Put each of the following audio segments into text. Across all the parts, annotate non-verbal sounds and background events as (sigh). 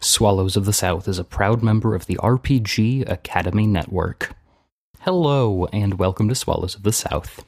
Swallows of the South is a proud member of the RPG Academy Network. Hello, and welcome to Swallows of the South.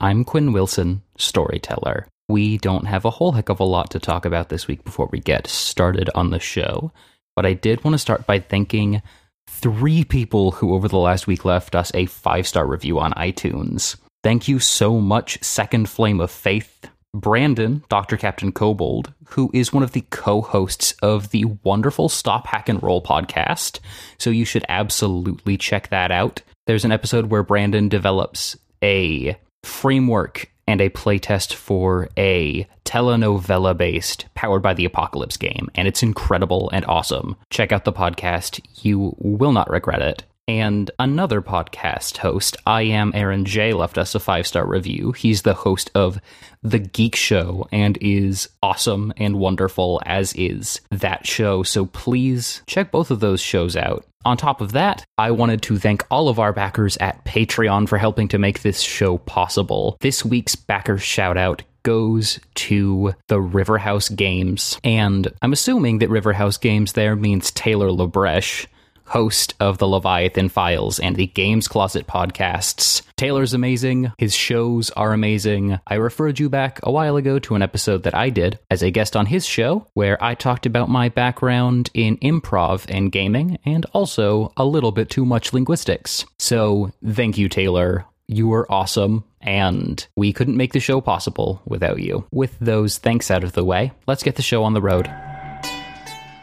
I'm Quinn Wilson, storyteller. We don't have a whole heck of a lot to talk about this week before we get started on the show, but I did want to start by thanking three people who over the last week left us a five star review on iTunes. Thank you so much, Second Flame of Faith, Brandon, Dr. Captain Kobold, who is one of the co hosts of the wonderful Stop Hack and Roll podcast. So you should absolutely check that out. There's an episode where Brandon develops a framework and a playtest for a telenovela based Powered by the Apocalypse game. And it's incredible and awesome. Check out the podcast. You will not regret it. And another podcast host, I am Aaron J, left us a five star review. He's the host of The Geek Show and is awesome and wonderful, as is that show. So please check both of those shows out. On top of that, I wanted to thank all of our backers at Patreon for helping to make this show possible. This week's backer shout out goes to the Riverhouse Games. And I'm assuming that Riverhouse Games there means Taylor LaBreche host of the Leviathan Files and the Games Closet podcasts. Taylor's amazing. His shows are amazing. I referred you back a while ago to an episode that I did as a guest on his show, where I talked about my background in improv and gaming, and also a little bit too much linguistics. So, thank you, Taylor. You were awesome, and we couldn't make the show possible without you. With those thanks out of the way, let's get the show on the road.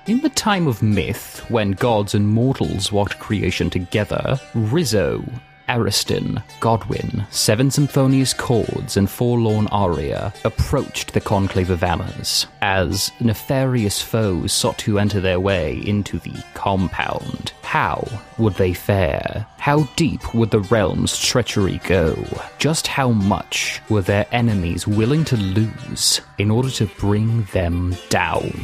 In the time of myth, when gods and mortals walked creation together, Rizzo, Ariston, Godwin, Seven Symphonies Chords, and Forlorn Aria approached the Conclave of Amors as nefarious foes sought to enter their way into the compound. How would they fare? How deep would the realm's treachery go? Just how much were their enemies willing to lose in order to bring them down?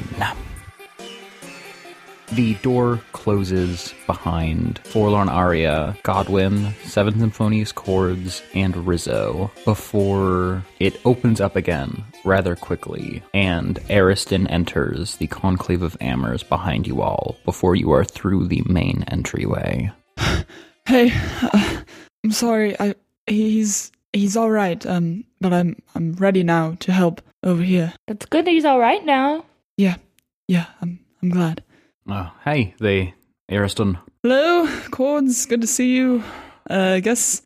The door closes behind Forlorn Aria, Godwin, Seven Symphonies Chords, and Rizzo before it opens up again rather quickly, and Ariston enters the Conclave of Amors behind you all before you are through the main entryway. Hey, (sighs) uh, I'm sorry. I he- he's he's all right. Um, but I'm I'm ready now to help over here. That's good that he's all right now. Yeah, yeah. I'm I'm glad. Oh, hey, the Ariston. Hello, Cords. Good to see you. Uh, I guess.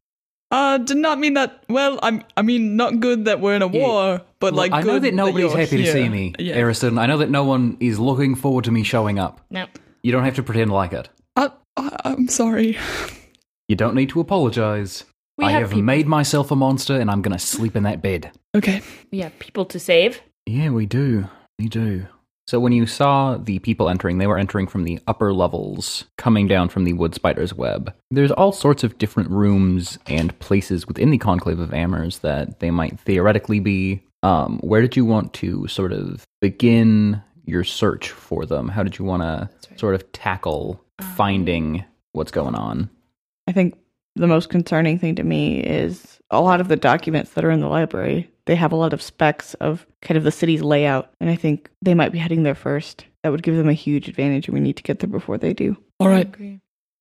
Uh, did not mean that. Well, I'm. I mean, not good that we're in a Yeah. war, but like. I know good that nobody's you're happy here. to see me, Yeah. Ariston. I know that no one is looking forward to me showing up. No. You don't have to pretend like it. I, I, Uh, I'm sorry. You don't need to apologize. We I have have people- made myself a monster and I'm going to sleep in that bed. Okay. We have people to save. Yeah, we do. We do. So when you saw the people entering, they were entering from the upper levels, coming down from the wood spider's web. There's all sorts of different rooms and places within the conclave of Amers that they might theoretically be. Um, where did you want to sort of begin your search for them? How did you want to sort of tackle Um, finding what's going on? I think the most concerning thing to me is a lot of the documents that are in the library. They have a lot of specs of kind of the city's layout, and I think they might be heading there first. That would give them a huge advantage, and we need to get there before they do. All right.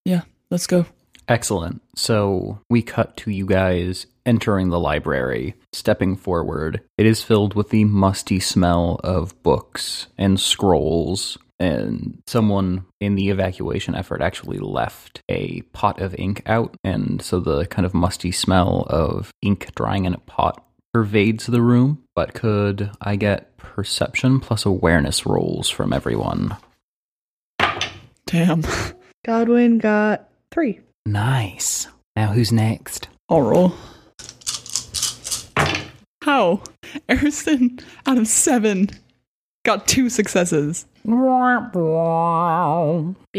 Yeah. Let's go. Excellent. So we cut to you guys entering the library, stepping forward. It is filled with the musty smell of books and scrolls. And someone in the evacuation effort actually left a pot of ink out. And so the kind of musty smell of ink drying in a pot pervades the room. But could I get perception plus awareness rolls from everyone? Damn. Godwin got three. Nice. Now who's next? I'll roll. How? Ariston, out of seven, got two successes. Be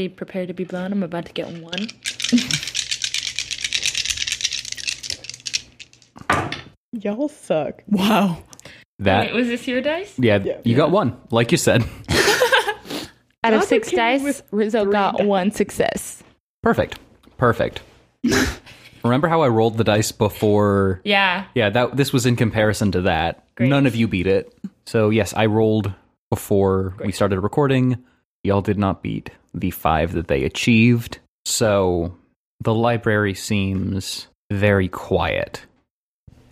prepared to be blown. I'm about to get one. Y'all suck. Wow. That Wait, was this your dice? Yeah, you got one, like you said. Out of Not six okay dice, with Rizzo three got dice. one success. Perfect. (laughs) Perfect. Remember how I rolled the dice before? Yeah. Yeah, that this was in comparison to that. Great. None of you beat it. So yes, I rolled before we Great. started recording. Y'all did not beat the five that they achieved. So the library seems very quiet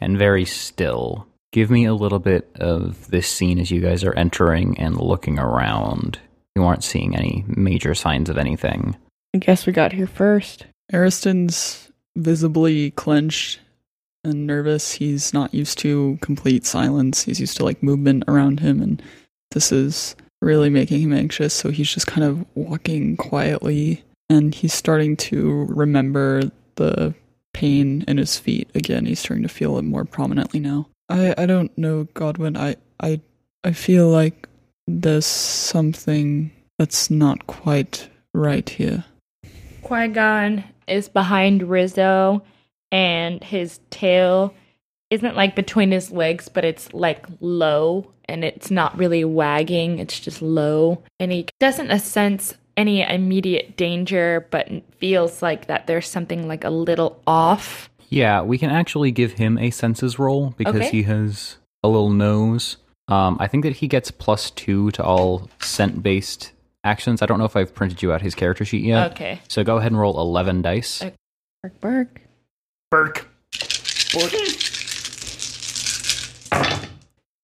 and very still. Give me a little bit of this scene as you guys are entering and looking around. You aren't seeing any major signs of anything. I guess we got here first. Ariston's visibly clenched and nervous. He's not used to complete silence. He's used to like movement around him, and this is really making him anxious. So he's just kind of walking quietly, and he's starting to remember the pain in his feet again. He's starting to feel it more prominently now. I I don't know, Godwin. I I I feel like there's something that's not quite right here. Qui Gon is behind Rizzo, and his tail isn't like between his legs, but it's like low and it's not really wagging, it's just low. And he doesn't sense any immediate danger, but feels like that there's something like a little off. Yeah, we can actually give him a senses roll because Okay. he has a little nose. Um, I think that he gets plus two to all scent based actions. I don't know if I've printed you out his character sheet yet. Okay. So go ahead and roll 11 dice. Okay. Bark, bark. Burke.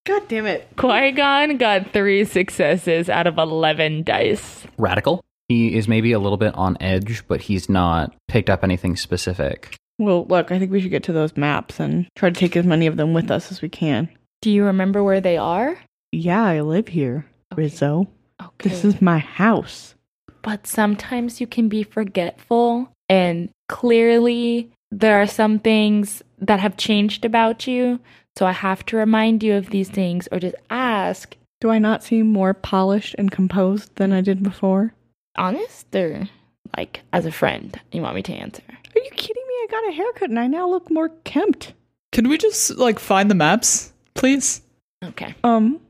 God damn it. Qui Gon got three successes out of 11 dice. Radical. He is maybe a little bit on edge, but he's not picked up anything specific. Well, look, I think we should get to those maps and try to take as many of them with us as we can. Do you remember where they are? Yeah, I live here, Okay. Rizzo. Okay. This is my house. but sometimes you can be forgetful and clearly there are some things that have changed about you so i have to remind you of these things or just ask Do I not seem more polished and composed than I did before? honest or like as a friend you want me to answer Are you kidding me? I got a haircut and I now look more kempt. Can we just like find the maps, please? okay Um,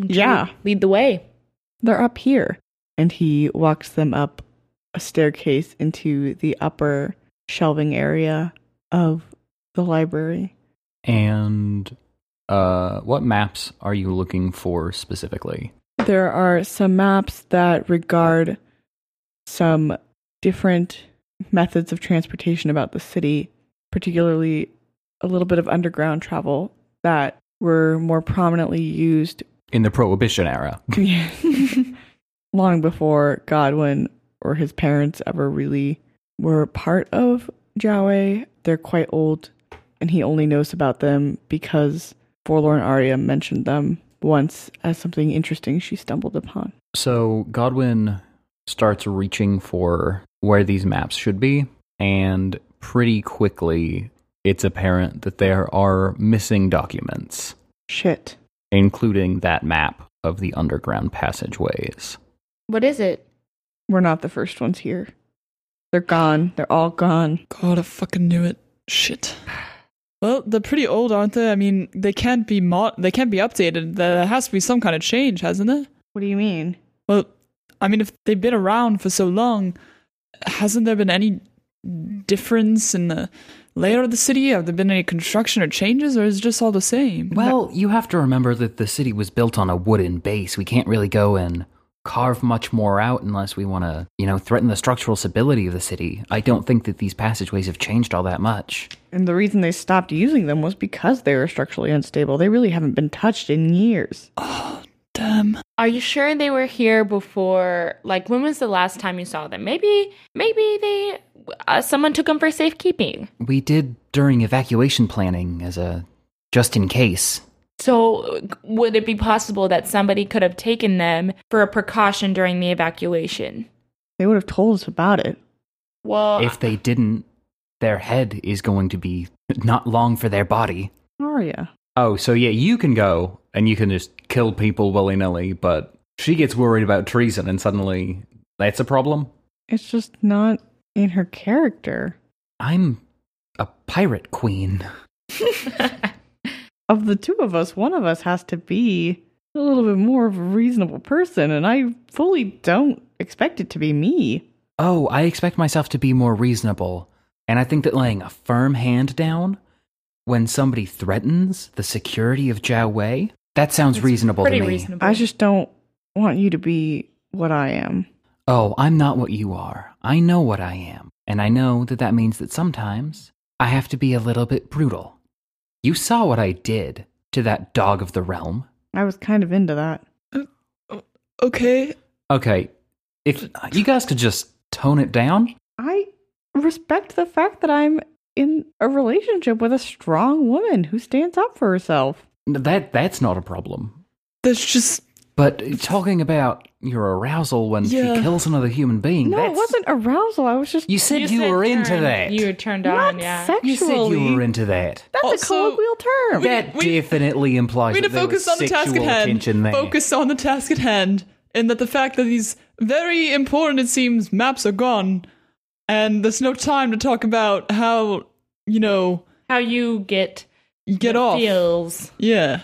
Yeah. lead the way they're up here. And he walks them up a staircase into the upper shelving area of the library. And uh, what maps are you looking for specifically? There are some maps that regard some different methods of transportation about the city, particularly a little bit of underground travel that were more prominently used In the Prohibition era. Yeah. (laughs) long before Godwin or his parents ever really were part of Jiaowei. They're quite old, and he only knows about them because Forlorn Aria mentioned them once as something interesting she stumbled upon. So Godwin starts reaching for where these maps should be, and pretty quickly it's apparent that there are missing documents, Shit. including that map of the underground passageways. what is it We're not the first ones here. They're gone. They're all gone. God, I fucking knew it. Shit. Well, they're pretty old, aren't they? I mean, they can't be mod- they can't be updated. There has to be some kind of change, hasn't there? What do you mean? Well, I mean, if they've been around for so long, hasn't there been any difference in the layout of the city? Have there been any construction or changes, or is it just all the same? Well, you have to remember that the city was built on a wooden base. We can't really go and carve much more out unless we want to, you know, threaten the structural stability of the city. I don't think that these passageways have changed all that much. And the reason they stopped using them was because they were structurally unstable. They really haven't been touched in years. damn. are you sure they were here before like when was the last time you saw them maybe maybe they uh, someone took them for safekeeping We did during evacuation planning as a just in case. So, would it be possible that somebody could have taken them for a precaution during the evacuation? They would have told us about it. Well, If (laughs) they didn't, their head is going to be (laughs) not long for their body. Aria. Oh, so yeah, you can go and you can just kill people willy nilly, but she gets worried about treason and suddenly that's a problem? It's just not in her character. I'm a pirate queen. Of the two of us, one of us has to be a little bit more of a reasonable person, and I fully don't expect it to be me. Oh, I expect myself to be more reasonable. And I think that laying a firm hand down when somebody threatens the security of Jiao Wei, that sounds reasonable to pretty me. reasonable. I just don't want you to be what I am. Oh, I'm not what you are. I know what I am. And I know that that means that sometimes I have to be a little bit brutal. You saw what I did to that dog of the realm. I was kind of into that. Okay. Okay, (laughs) if you guys could just tone it down. I respect the fact that I'm in a relationship with a strong woman who stands up for herself. That that's not a problem. That's just But talking about your arousal when Yeah. she kills another human being. No, it that's- wasn't arousal. I was just You said you, were into turned- that. You were turned not on, yeah. sexually. You said you were into that. That's Also- a colloquial term. that we- definitely implies we need that to there was focus on the task at sexual hand. tension there. Focus on the task at hand, and that the fact that these very important, it seems, maps are gone, and there's no time to talk about how you know How you get you get off. feels. Yeah,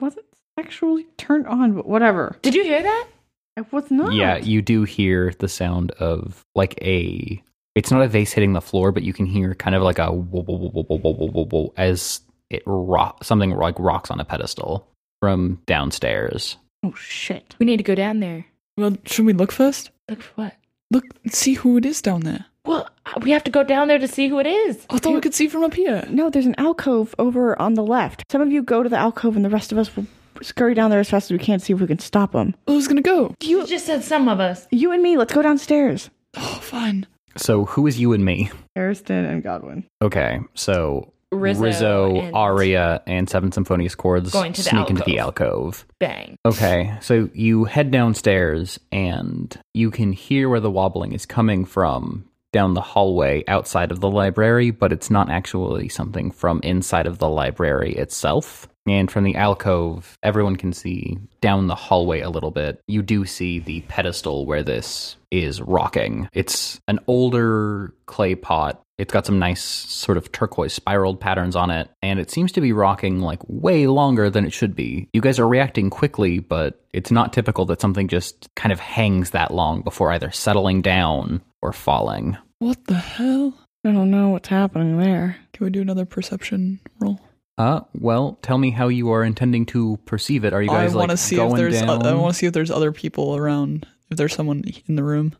wasn't sexually turned on, but whatever. Did you hear that? I was not. Yeah, Oh. you do hear the sound of like a. It's not a vase hitting the floor, but you can hear kind of like a whoa, whoa, whoa, whoa, whoa, whoa, whoa, whoa, as it rock something like rocks on a pedestal from downstairs. oh shit. We need to go down there. Well, should we look first? Look for what? Look, see who it is down there. Well, we have to go down there to see who it is. I thought we could see from up here. No, there's an alcove over on the left. Some of you go to the alcove, and the rest of us will scurry down there as fast as we can to see if we can stop them. Who's gonna go? You just said some of us. You and me, let's go downstairs. Oh, fine. So who is you and me? Ariston and Godwin. Okay, so Rizzo Rizzo, and- Aria, and Seven Symphonious Chords Going to the sneak into the alcove. Bang. Okay, so you head downstairs and you can hear where the wobbling is coming from down the hallway outside of the library, but it's not actually something from inside of the library itself. And from the alcove, everyone can see down the hallway a little bit. You do see the pedestal where this is rocking. It's an older clay pot. It's got some nice sort of turquoise spiraled patterns on it, and it seems to be rocking like way longer than it should be. You guys are reacting quickly, but it's not typical that something just kind of hangs that long before either settling down or falling. What the hell? I don't know what's happening there. Can we do another perception roll? Uh, well, tell me how you are intending to perceive it. Are you I guys want like to see if going there's. o- down? I want to see if there's other people around. If there's someone in the room.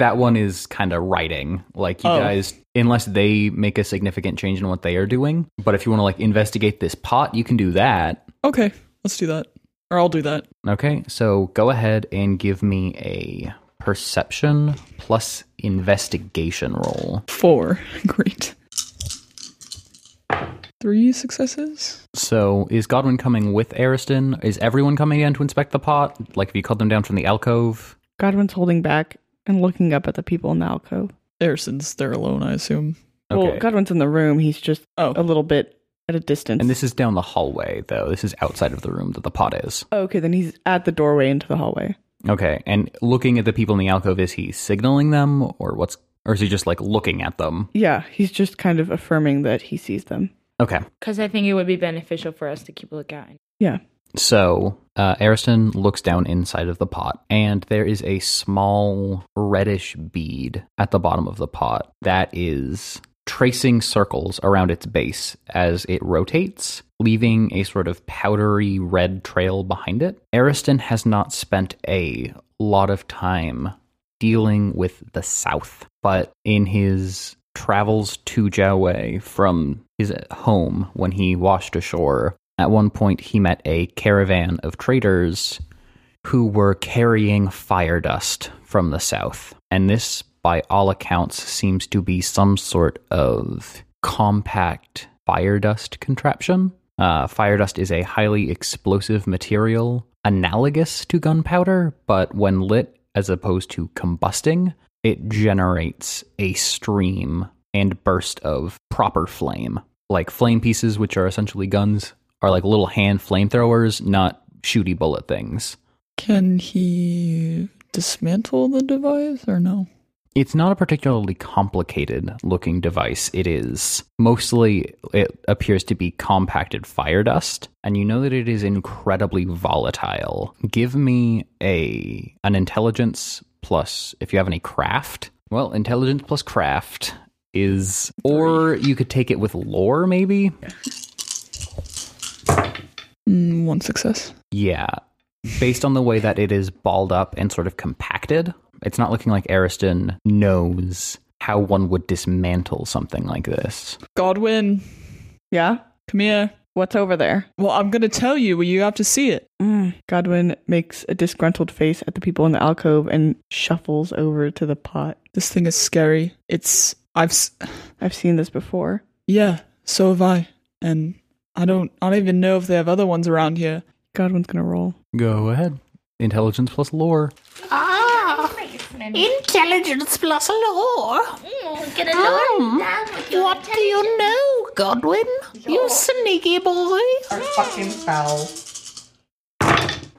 that one is kind of writing like you Oh. guys unless they make a significant change in what they are doing but if you want to like investigate this pot you can do that Okay, let's do that, or I'll do that. okay so go ahead and give me a perception plus investigation roll Four. (laughs) Great. Three successes? so is godwin coming with ariston is everyone coming in to inspect the pot like have you called them down from the alcove Godwin's holding back and looking up at the people in the alcove. Arison's there alone, I assume. okay Well, Godwin's in the room. He's just a Oh, little bit at a distance. and this is down the hallway though this is outside of the room that the pot is Oh, okay, then he's at the doorway into the hallway. Okay, and looking at the people in the alcove, is he signaling them, or what's, or is he just like looking at them? Yeah, he's just kind of affirming that he sees them. Okay, Because I think it would be beneficial for us to keep a lookout. Yeah. so uh, Ariston looks down inside of the pot, and there is a small reddish bead at the bottom of the pot that is tracing circles around its base as it rotates, leaving a sort of powdery red trail behind it. Ariston has not spent a lot of time dealing with the South, but in his travels to Jiaowei from his home when he washed ashore, at one point he met a caravan of traders who were carrying fire dust from the South. And this, by all accounts, seems to be some sort of compact fire dust contraption. Uh, fire dust is a highly explosive material analogous to gunpowder, but when lit as opposed to combusting, it generates a stream and burst of proper flame. Like flame pieces, which are essentially guns, are like little hand flamethrowers, not shooty bullet things. can he dismantle the device or no? It's not a particularly complicated looking device. It is mostly, it appears to be compacted fire dust, and you know that it is incredibly volatile. Give me a an intelligence plus if you have any craft. Well, intelligence plus craft is, or you could take it with lore, maybe. Mm, one success. Yeah. based on the way that it is balled up and sort of compacted, it's not looking like Ariston knows how one would dismantle something like this. Godwin, Yeah? come here. What's over there? Well, I'm gonna tell you, but you have to see it. Mm. Godwin makes a disgruntled face at the people in the alcove and shuffles over to the pot. This thing is scary. It's I've s- I've seen this before. yeah. So have I. And I don't. I don't even know if they have other ones around here. Godwin's gonna roll. Go ahead. Intelligence plus lore. Ah, intelligence plus lore. Hmm, what do you know, Godwin? You sneaky boy.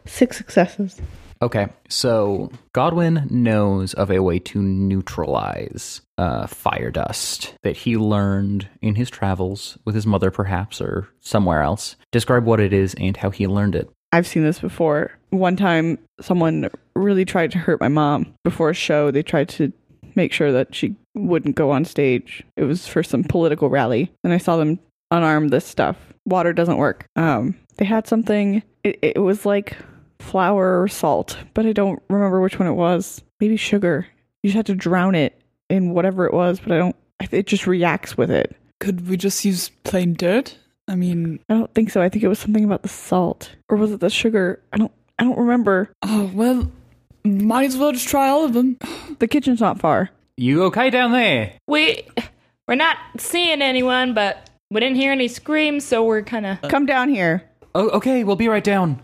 Six successes. Okay, so Godwin knows of a way to neutralize uh, fire dust that he learned in his travels with his mother, perhaps, or somewhere else. Describe what it is and how he learned it. I've seen this before. One time, someone really tried to hurt my mom before a show. They tried to make sure that she wouldn't go on stage. It was for some political rally, and I saw them unarm this stuff. Water doesn't work. Um, they had something. It, it was like flour or salt, but I don't remember which one it was. Maybe sugar. You just had to drown it in whatever it was, but I don't. I- It just reacts with it. Could we just use plain dirt? I mean, I don't think so. I think it was something about the salt, or was it the sugar? I don't. I don't remember. oh well. Might as well just try all of them. The kitchen's not far. You okay down there? We we're not seeing anyone, but we didn't hear any screams, so we're kind of Come down here. Oh, okay, we'll be right down.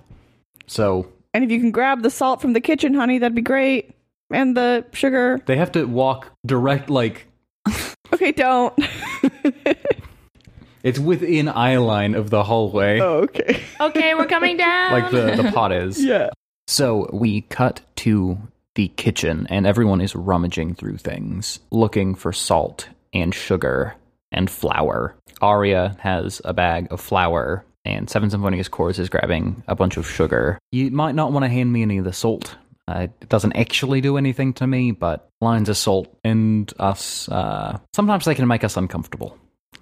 So And if you can grab the salt from the kitchen, honey, that'd be great. And the sugar. they have to walk direct, like Okay, don't. (laughs) it's within eye line of the hallway, oh, okay. okay. We're (laughs) coming down. like the, the pot is. Yeah. So we cut to the kitchen, and everyone is rummaging through things, looking for salt and sugar and flour. Aria has a bag of flour, and Seven Symphonious Chorus is grabbing a bunch of sugar. You might not want to hand me any of the salt. Uh, it doesn't actually do anything to me, but lines of salt and us, uh, sometimes they can make us uncomfortable,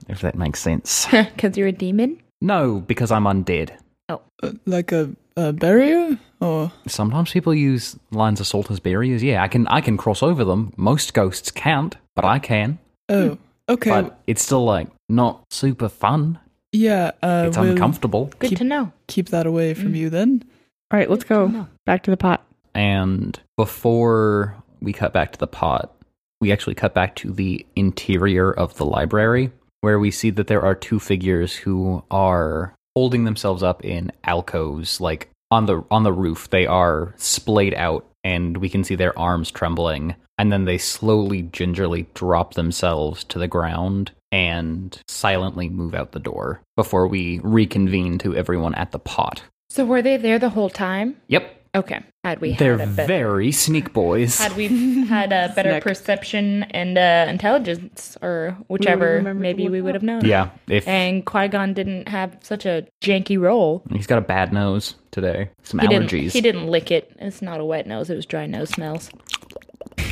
if that makes sense. (laughs) because you're a demon. no, because I'm undead. Uh, like a, a barrier, or Sometimes people use lines of salt as barriers. Yeah, I can I can cross over them. Most ghosts can't, but I can. oh, okay, But it's still like not super fun. yeah. Uh, It's we'll uncomfortable. Good Keep- to know. Keep that away from you then. All right, let's go. Back to the pot. And before we cut back to the pot, we actually cut back to the interior of the library where we see that there are two figures who are holding themselves up in alcoves like on the on the roof. They are splayed out and we can see their arms trembling and then they slowly gingerly drop themselves to the ground and silently move out the door before we reconvene to everyone at the pot. So were they there the whole time? Yep. Okay. Had we They're had a bit- very sneak boys. had we had a better Snack. perception and uh, intelligence, or whichever, remembered to maybe look we would have known. (laughs) Yeah, if And Qui Gon didn't have such a janky roll. he's got a bad nose today, some He allergies. didn't. He didn't lick it. It's not a wet nose. It was dry nose smells.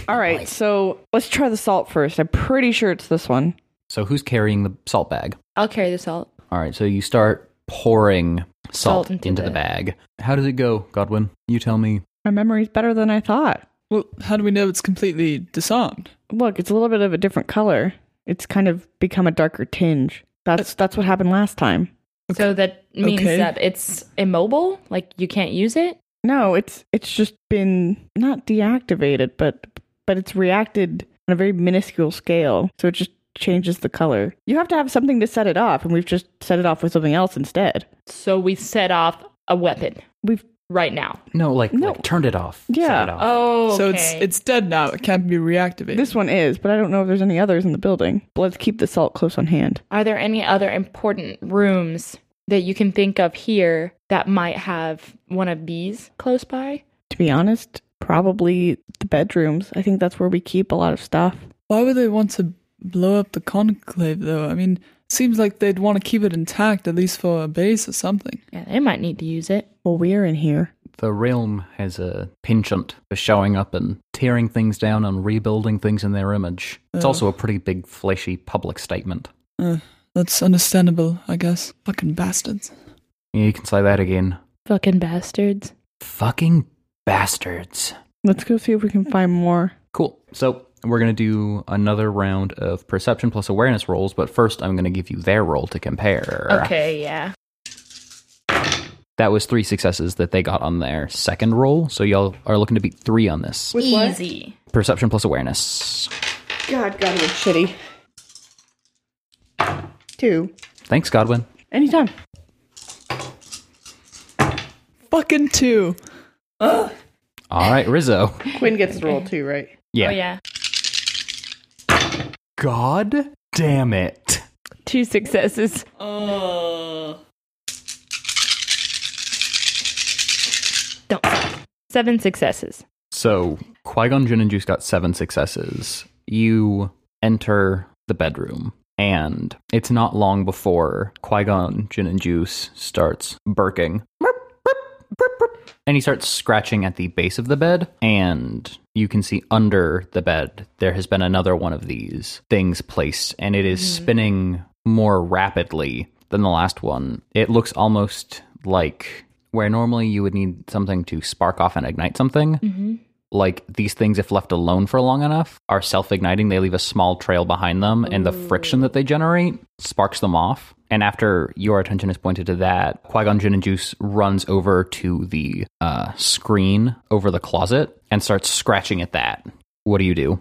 All right, so let's try the salt first. I'm pretty sure it's this one. So who's carrying the salt bag? I'll carry the salt. All right, so you start pouring salt, into, the bag. How does it go, Godwin? You tell me. My memory's better than I thought. Well, how do we know it's completely disarmed? Look, it's a little bit of a different color. It's kind of become a darker tinge. That's that's what happened last time. So that means Okay. that it's immobile. Like you can't use it. No, it's it's just been not deactivated, but but it's reacted on a very minuscule scale. So it just changes the color. You have to have something to set it off, and we've just set it off with something else instead. So we set off a weapon We've right now. No, like, No. like turned it off. Yeah. Set it off. Oh, So it's it's dead now. It can't be reactivated. this one is, but I don't know if there's any others in the building. But let's keep the salt close on hand. Are there any other important rooms that you can think of here that might have one of these close by? To be honest, probably the bedrooms. I think that's where we keep a lot of stuff. Why would they want to blow up the conclave though? I mean, seems like they'd want to keep it intact at least for a base or something. Yeah, they might need to use it. Well, we're in here. The realm has a penchant for showing up and tearing things down and rebuilding things in their image. It's Oh. also a pretty big, fleshy public statement. Uh, that's understandable, I guess. Fucking bastards. Yeah, you can say that again. Fucking bastards. Fucking bastards. Let's go see if we can find more. Cool. So we're going to do another round of perception plus awareness rolls, but first I'm going to give you their roll to compare. Okay, yeah. That was three successes that they got on their second roll, so y'all are looking to beat three on this. Easy. Perception plus awareness. God, God, it's shitty. Two. Thanks, Godwin. Anytime. Fucking two. All right, Rizzo. Quinn gets to roll two, right? Yeah. Oh yeah. God damn it. Two successes. Uh, Oh. Don't. suck. Seven successes. So, Qui Gon Jinn and Juice got seven successes. You enter the bedroom, and it's not long before Qui Gon Jinn and Juice starts burking. And he starts scratching at the base of the bed, and you can see under the bed there has been another one of these things placed, and it is spinning more rapidly than the last one. It looks almost like where normally you would need something to spark off and ignite something like these things if left alone for long enough are self-igniting they leave a small trail behind them and the friction that they generate sparks them off and after your attention is pointed to that qui-gon Jinn and juice runs over to the uh, screen over the closet and starts scratching at that what do you do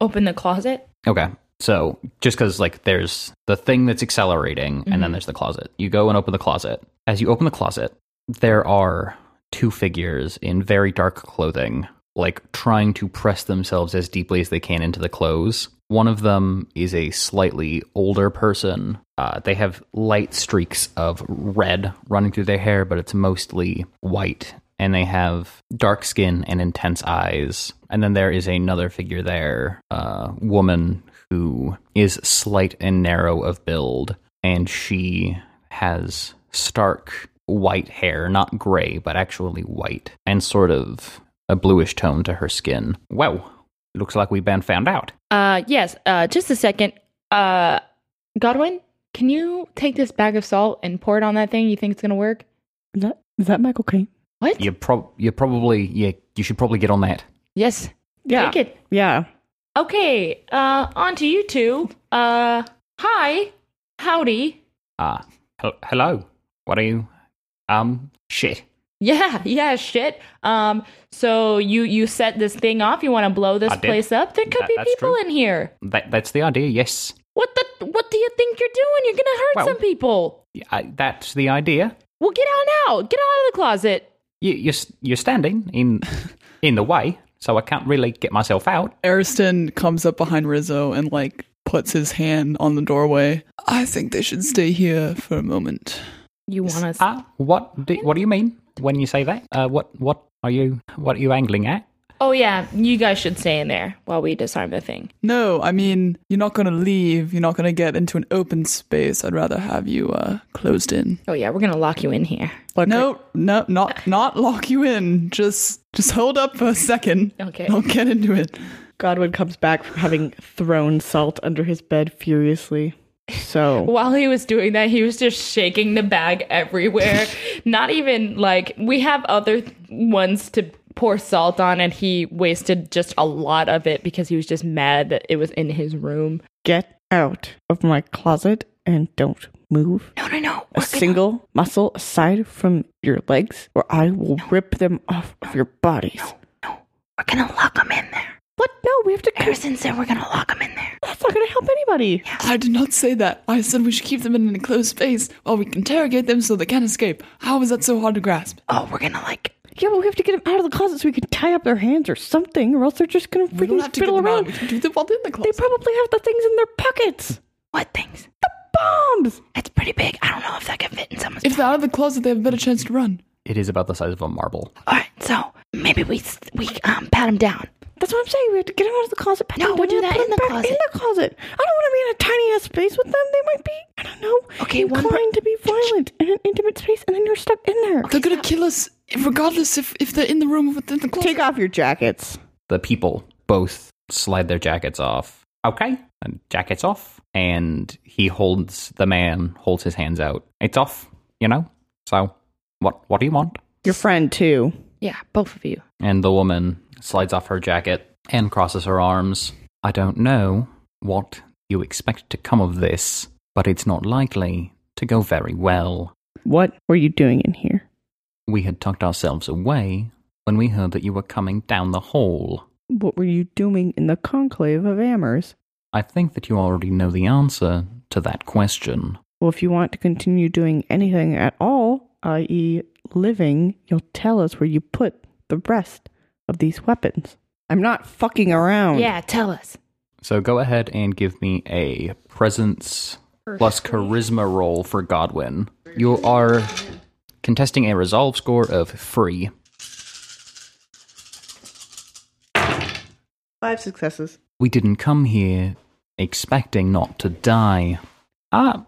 Open the closet. okay so just because like there's the thing that's accelerating and then there's the closet you go and open the closet as you open the closet there are two figures in very dark clothing, like trying to press themselves as deeply as they can into the clothes. One of them is a slightly older person. Uh, they have light streaks of red running through their hair, but it's mostly white. And they have dark skin and intense eyes. And then there is another figure there, uh, woman who is slight and narrow of build, and she has stark white hair, not gray, but actually white, and sort of a bluish tone to her skin. Wow, looks like we've been found out. Uh yes, uh just a second. Uh Godwin, can you take this bag of salt and pour it on that thing? You think it's gonna work? Is that, is that Michael Caine? What? You prob you probably yeah you should probably get on that. Yes. Yeah. Take it. Yeah. Okay, uh on to you two. Uh hi. Howdy. (laughs) Ah, hel- hello. What are you? Um, shit. Yeah, yeah, shit. Um so you you set this thing off, you wanna blow this I did. place up? There could That- be that's people true. in here. That that's the idea. Yes, What the what do you think you're doing? You're gonna hurt Well- some people. Yeah, I, that's the idea. Well get on out. Get out of the closet. You you're, s- you're standing in in the way, so I can't really get myself out. Ariston comes up behind Rizzo and like puts his hand on the doorway. I think they should stay here for a moment. You want us Ah, what do, what do you mean when you say that? Uh, what what are you what are you angling at? Oh yeah, you guys should stay in there while we disarm the thing. No, I mean, you're not gonna leave. You're not gonna get into an open space. I'd rather have you uh, closed in. Oh yeah, we're gonna lock you in here. no, no, not not lock you in. Just just hold up for a second. Okay. I'll get into it. Godwin comes back from having thrown salt under his bed furiously. (laughs) So While he was doing that, he was just shaking the bag everywhere. Not even like we have other ones to pour salt on, and he wasted just a lot of it because he was just mad that it was in his room. get out of my closet and don't move No, no, no. a single muscle aside from your legs, or I will rip them off of your bodies. We're gonna lock him in there. What? No, we have to. Harrison said we're gonna lock him in there. That's not going to help anybody. I did not say that. I said we should keep them in an enclosed space while we interrogate them so they can't escape. How is that so hard to grasp? Oh, we're gonna like. Yeah, but we have to get them out of the closet so we can tie up their hands or something, or else they're just going to We don't freaking have to get fiddle them out. around. We can do them while they're in the They closet. probably have the things in their pockets. What things? Bombs. It's pretty big. I don't know if that can fit in someone's. if they're out of the closet, they have a better chance to run. It is about the size of a marble. All right, so maybe we s- we um pat him down. That's what I'm saying. We have to get them out of the closet. pat No, them we do down, that put them in the back closet. In the closet. I don't want to be in a tiny ass space with them. They might be, I don't know, Okay, one per- inclined to be violent in an intimate space, and then you're stuck in there. They're gonna kill us regardless if, if they're in the room within the closet. Take off your jackets. the people both slide their jackets off. Okay. And jackets off. And he holds the man holds his hands out. It's off, you know? So what what do you want? Your friend too. Yeah, both of you. And the woman slides off her jacket and crosses her arms. I don't know what you expect to come of this, but it's not likely to go very well. What were you doing in here? We had tucked ourselves away when we heard that you were coming down the hall. What were you doing in the conclave of Amherst? I think that you already know the answer to that question. Well, if you want to continue doing anything at all, i.e., living, you'll tell us where you put the rest of these weapons. I'm not fucking around. Yeah, tell us. So go ahead and give me a presence plus charisma roll for Godwin. You are contesting a resolve score of three. Five successes. We didn't come here expecting not to die. Ah,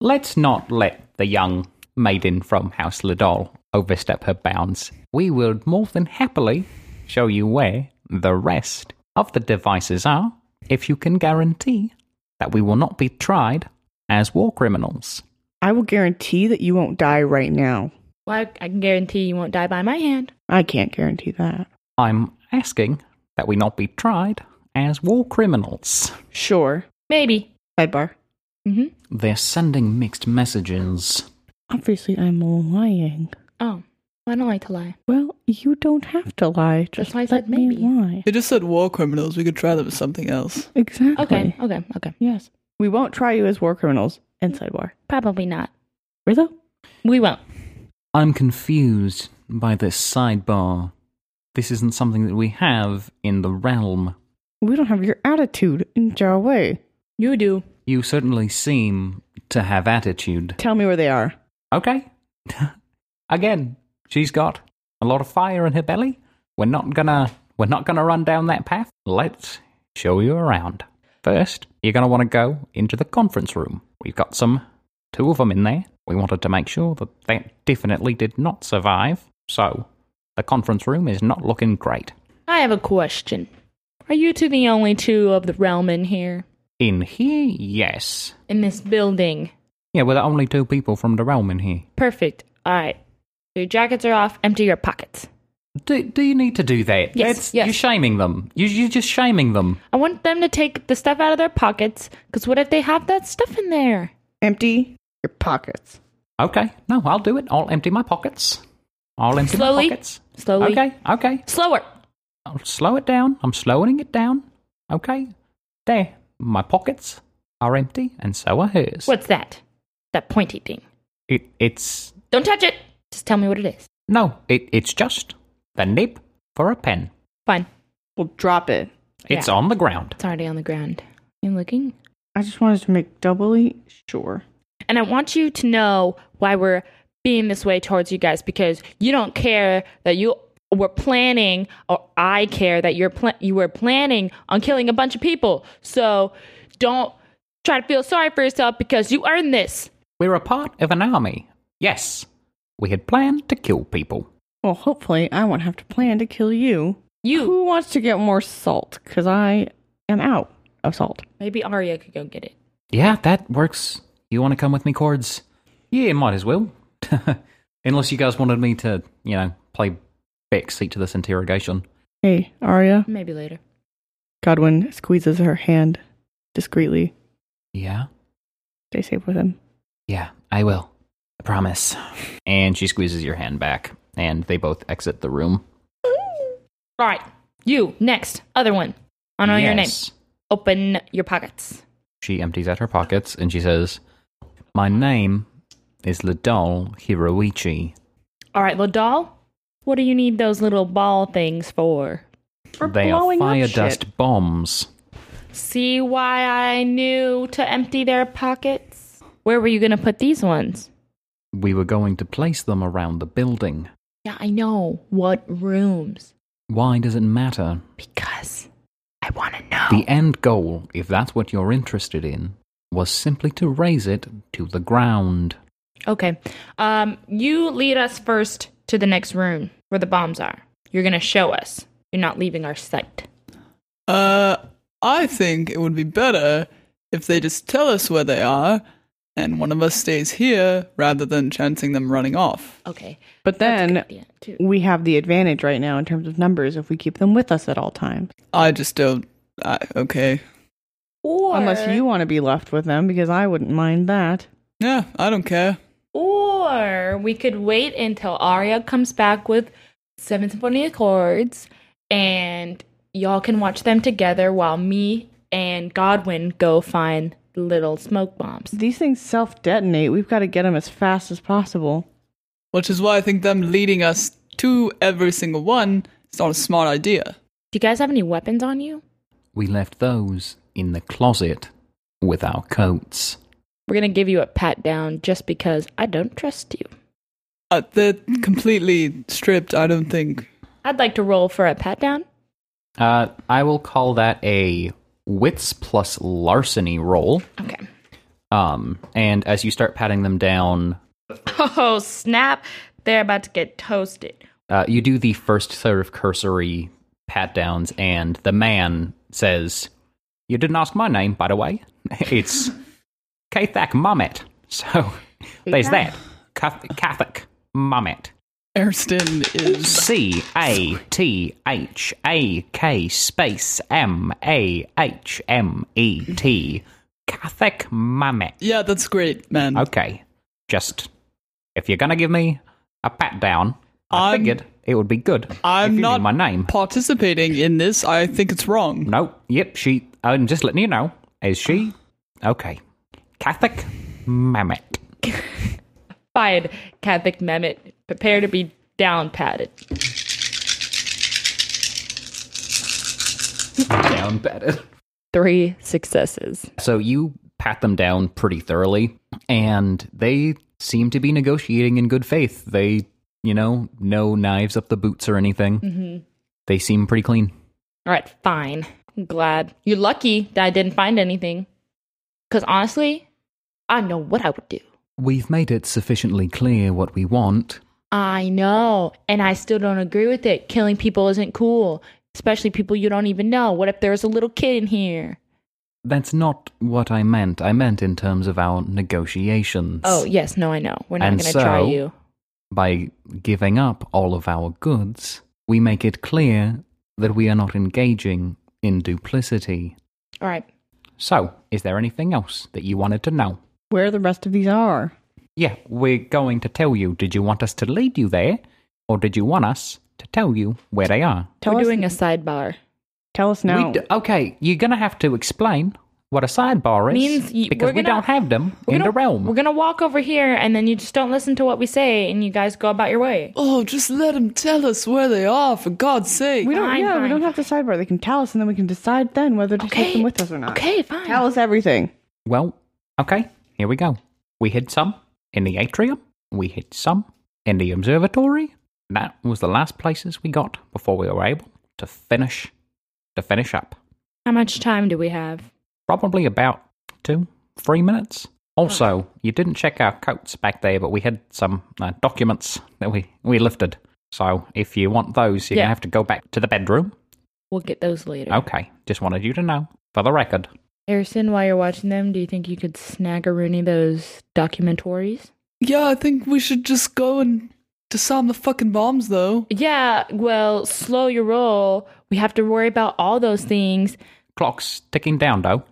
let's not let the young maiden from House Lidol overstep her bounds. We will more than happily show you where the rest of the devices are if you can guarantee that we will not be tried as war criminals. I will guarantee that you won't die right now. Well, I- I can guarantee you won't die by my hand. I can't guarantee that. I'm asking that we not be tried as war criminals. Sure. Maybe. Sidebar. Mm-hmm. They're sending mixed messages. Obviously, I'm lying. Oh, I don't like to lie. Well, you don't have to lie. That's Just why I let said me maybe. lie. They just said war criminals. We could try them with something else. Exactly. Okay, okay, okay. Yes. We won't try you as war criminals. And sidebar. Probably not. Rizzo? We won't. I'm confused by this sidebar. This isn't something that we have in the realm. We don't have your attitude in jar way. You do. You certainly seem to have attitude. Tell me where they are. Okay. (laughs) Again, she's got a lot of fire in her belly. We're not gonna we're not gonna run down that path. Let's show you around. First, you're gonna want to go into the conference room. We've got some two of them in there. We wanted to make sure that that definitely did not survive. So, the conference room is not looking great. I have a question. Are you two the only two of the realm in here? In here, yes. In this building? Yeah, we're the only two people from the realm in here. Perfect. All right. Your jackets are off. Empty your pockets. Do, do you need to do that? Yes, yes. You're shaming them. You, you're just shaming them. I want them to take the stuff out of their pockets because what if they have that stuff in there? Empty your pockets. Okay, no, I'll do it. I'll empty my pockets. I'll empty Slowly. my pockets. Slowly. Okay, okay. Slower. I'll slow it down. I'm slowing it down. Okay. There. My pockets are empty, and so are hers. What's that? That pointy thing. It, it's Don't touch it. Just tell me what it is. no. It, it's just the nib for a pen. Fine. Well, drop it. It's on the ground. It's already on the ground. You looking? I just wanted to make doubly sure. And I want you to know why we're being this way towards you guys because you don't care that you were planning, or I care that you're pla- you were planning on killing a bunch of people. So don't try to feel sorry for yourself because you earned this. We're a part of an army. Yes, we had planned to kill people. Well, hopefully, I won't have to plan to kill you. You Who wants to get more salt? Because I am out of salt. maybe Arya could go get it. Yeah, that works. You want to come with me, Cords? Yeah, might as well. (laughs) Unless you guys wanted me to, you know, play backseat to this interrogation. Hey, Arya. Maybe later. Godwin squeezes her hand discreetly. Yeah, Stay safe with him. yeah, I will. I promise. And she squeezes your hand back, and they both exit the room. All right, you next. Other one. I know your name. Yes. Open your pockets. She empties out her pockets and she says, My name is Ladol Hiroichi. All right, little doll. What do you need those little ball things for? they are blowing up fire shit. dust bombs. See why I knew to empty their pockets? Where were you going to put these ones? We were going to place them around the building. Yeah, I know. What rooms? Why does it matter? Because I want to know. The end goal, if that's what you're interested in, was simply to raise it to the ground. Okay. Um you lead us first to the next room where the bombs are. You're going to show us. You're not leaving our sight. Uh, I think it would be better if they just tell us where they are, and one of us stays here rather than chancing them running off. Okay. But That's a then good idea, too. we have the advantage right now in terms of numbers if we keep them with us at all times. I just don't. I, okay. Or Unless you want to be left with them, because I wouldn't mind that. Yeah, I don't care. Or we could wait until Arya comes back with Seven Symphony Accords and y'all can watch them together while me and Godwin go find little smoke bombs. These things self detonate. We've got to get them as fast as possible. Which is why I think them leading us to every single one is not a smart idea. Do you guys have any weapons on you? We left those in the closet with our coats. We're going to give you a pat down just because I don't trust you. Uh, they're completely stripped. I don't think. I'd like to roll for a pat down. Uh, I will call that a wits plus larceny roll. Okay. Um, and as you start patting them down, Oh, snap. They're about to get toasted. uh, you do the first sort of cursory pat downs, and the man says, "You didn't ask my name, by the way. (laughs) It's Kathak Mamet. So there's that. Kath- Kathak Mamet. Ariston is C A T H A K space M A H M E T. Kathak Mamet. Yeah, that's great, man. Okay. Just if you're gonna give me a pat down, I I'm- figured it would be good. I'm if you not knew my name. Participating in this, I think it's wrong. no. Yep. She. I'm just letting you know. Is she okay? Kathak Mamet. Fine, Catholic Mehmet. Prepare to be down patted. Down better. Three successes. So you pat them down pretty thoroughly, and they seem to be negotiating in good faith. They, you know, no knives up the boots or anything. They seem pretty clean. All right, fine. I'm glad. You're lucky that I didn't find anything. Because honestly, I know what I would do. We've made it sufficiently clear what we want. I know. And I still don't agree with it. Killing people isn't cool, especially people you don't even know. What if there's a little kid in here? That's not what I meant. I meant in terms of our negotiations. Oh, yes. No, I know. We're not And going to try so- you. By giving up all of our goods, we make it clear that we are not engaging in duplicity. All right. So, is there anything else that you wanted to know? Where the rest of these are. Yeah, we're going to tell you. Did you want us to lead you there, or did you want us to tell you where they are? Tell We're us, doing a sidebar. Tell us We now. d- okay, you're gonna have to explain what a sidebar is Means y- because we're we gonna- don't have them We're in gonna- the realm. We're going to walk over here and then you just don't listen to what we say and you guys go about your way. Oh, just let them tell us where they are, for God's sake. We don't. Fine, yeah, we fine, don't have to sidebar. They can tell us, and then we can decide then whether to take them with us or not. Okay, fine. Tell us everything. Well, okay, here we go. We hid some in the atrium, we hid some in the observatory. That was the last places we got before we were able to finish to finish up. How much time do we have? Probably about two, three minutes. Also, you didn't check our coats back there, but we had some uh, documents that we, we lifted. So if you want those, you're Yeah. gonna have to go back to the bedroom. We'll get those later. Okay, just wanted you to know for the record. Harrison, while you're watching them, do you think you could snag a Rooney those documentaries? Yeah, I think we should just go and disarm the fucking bombs, though. Yeah, well, slow your roll. We have to worry about all those things. Clock's ticking down, though.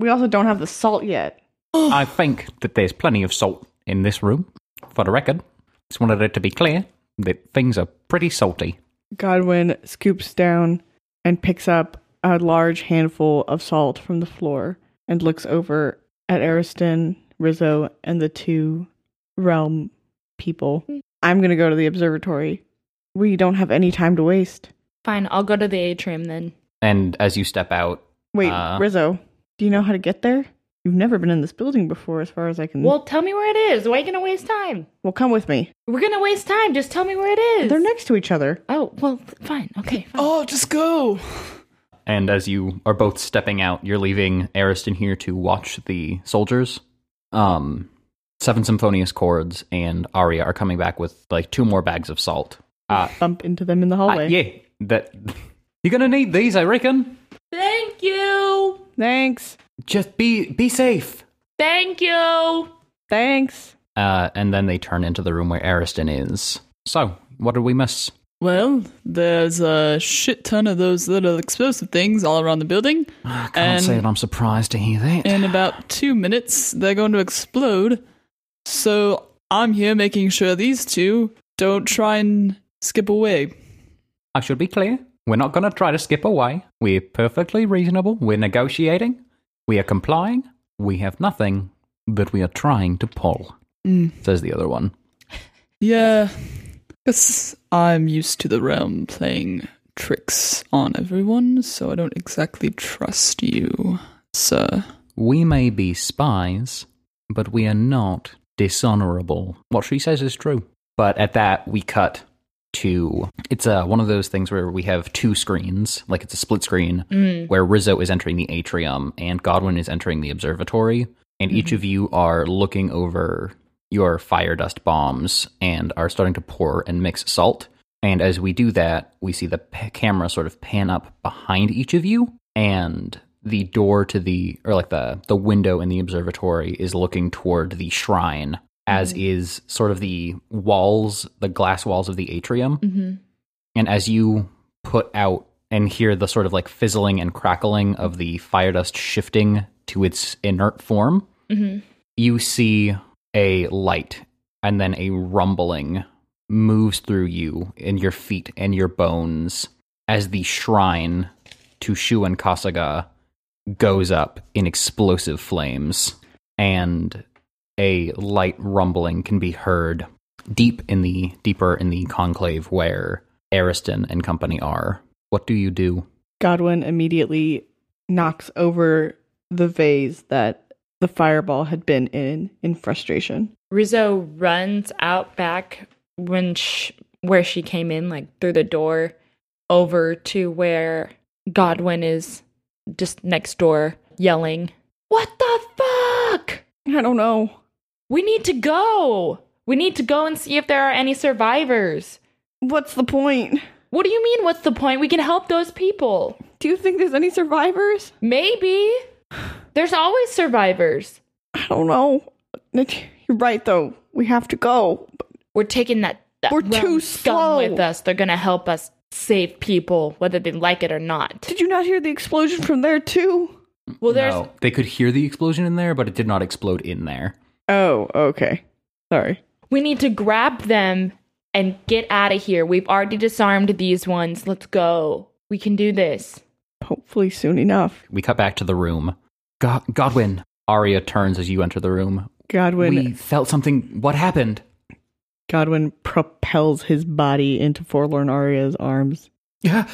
We also don't have the salt yet. I think that there's plenty of salt in this room, for the record. Just wanted it to be clear that things are pretty salty. Godwin scoops down and picks up a large handful of salt from the floor and looks over at Ariston, Rizzo, and the two realm people. I'm going to go to the observatory. We don't have any time to waste. Fine, I'll go to the atrium then. And as you step out, Wait, Uh. Rizzo, do you know how to get there? You've never been in this building before, as far as I can. Well, tell me where it is. Why are you going to waste time? well come with me. We're going to waste time. Just tell me where it is. They're next to each other. Oh, well, th- fine. Okay. Fine. Oh, just go. and as you are both stepping out, you're leaving Ariston here to watch the soldiers. Um, Seven Symphonious Chords and Aria are coming back with like two more bags of salt. Uh, Bump into them in the uh, hallway. yeah, that you're gonna need these, I reckon. Thank you. Thanks. Just be be safe. Thank you. Thanks. Uh, and then they turn into the room where Ariston is. So, what did we miss? Well, there's a shit ton of those little explosive things all around the building. I can't And- say that I'm surprised to hear that. In about two minutes, they're going to explode. So I'm here making sure these two don't try and skip away. I should be clear. We're not going to try to skip away. We're perfectly reasonable. We're negotiating. We are complying. We have nothing that we are trying to pull, Mm. says the other one. Yeah, guess I'm used to the realm playing tricks on everyone, so I don't exactly trust you, sir. We may be spies, but we are not dishonorable. What she says is true. But at that, we cut to it's uh, one of those things where we have two screens, like it's a split screen, where Rizzo is entering the atrium and Godwin is entering the observatory, and each of you are looking over your fire dust bombs and are starting to pour and mix salt. And as we do that, we see the p- camera sort of pan up behind each of you, and the door to the or like the the window in the observatory is looking toward the shrine, as is sort of the walls, the glass walls of the atrium. Mm-hmm. And as you put out and hear the sort of like fizzling and crackling of the fire dust shifting to its inert form, Mm-hmm. you see a light and then a rumbling moves through you in your feet and your bones as the shrine to Shu and Kasaga goes up in explosive flames and a light rumbling can be heard deep in the deeper in the conclave where Ariston and company are. What do you do? Godwin immediately knocks over the vase that the fireball had been in in frustration. Rizzo runs out back when sh where she came in, like through the door, over to where Godwin is just next door yelling, What the fuck? I don't know. We need to go. We need to go and see if there are any survivors. What's the point? What do you mean, what's the point? We can help those people. Do you think there's any survivors? Maybe. There's always survivors. I don't know. You're right, though. We have to go. We're taking that. that We're too realm scum slow. with us. They're gonna help us save people, whether they like it or not. Did you not hear the explosion from there, too? Well, there's No, they could hear the explosion in there, but it did not explode in there. Oh, okay. Sorry. We need to grab them and get out of here. We've already disarmed these ones. Let's go. We can do this. Hopefully soon enough. We cut back to the room. Go- Godwin. Arya turns as you enter the room. Godwin we felt something. What happened? Godwin propels his body into Forlorn Aria's arms. Yeah,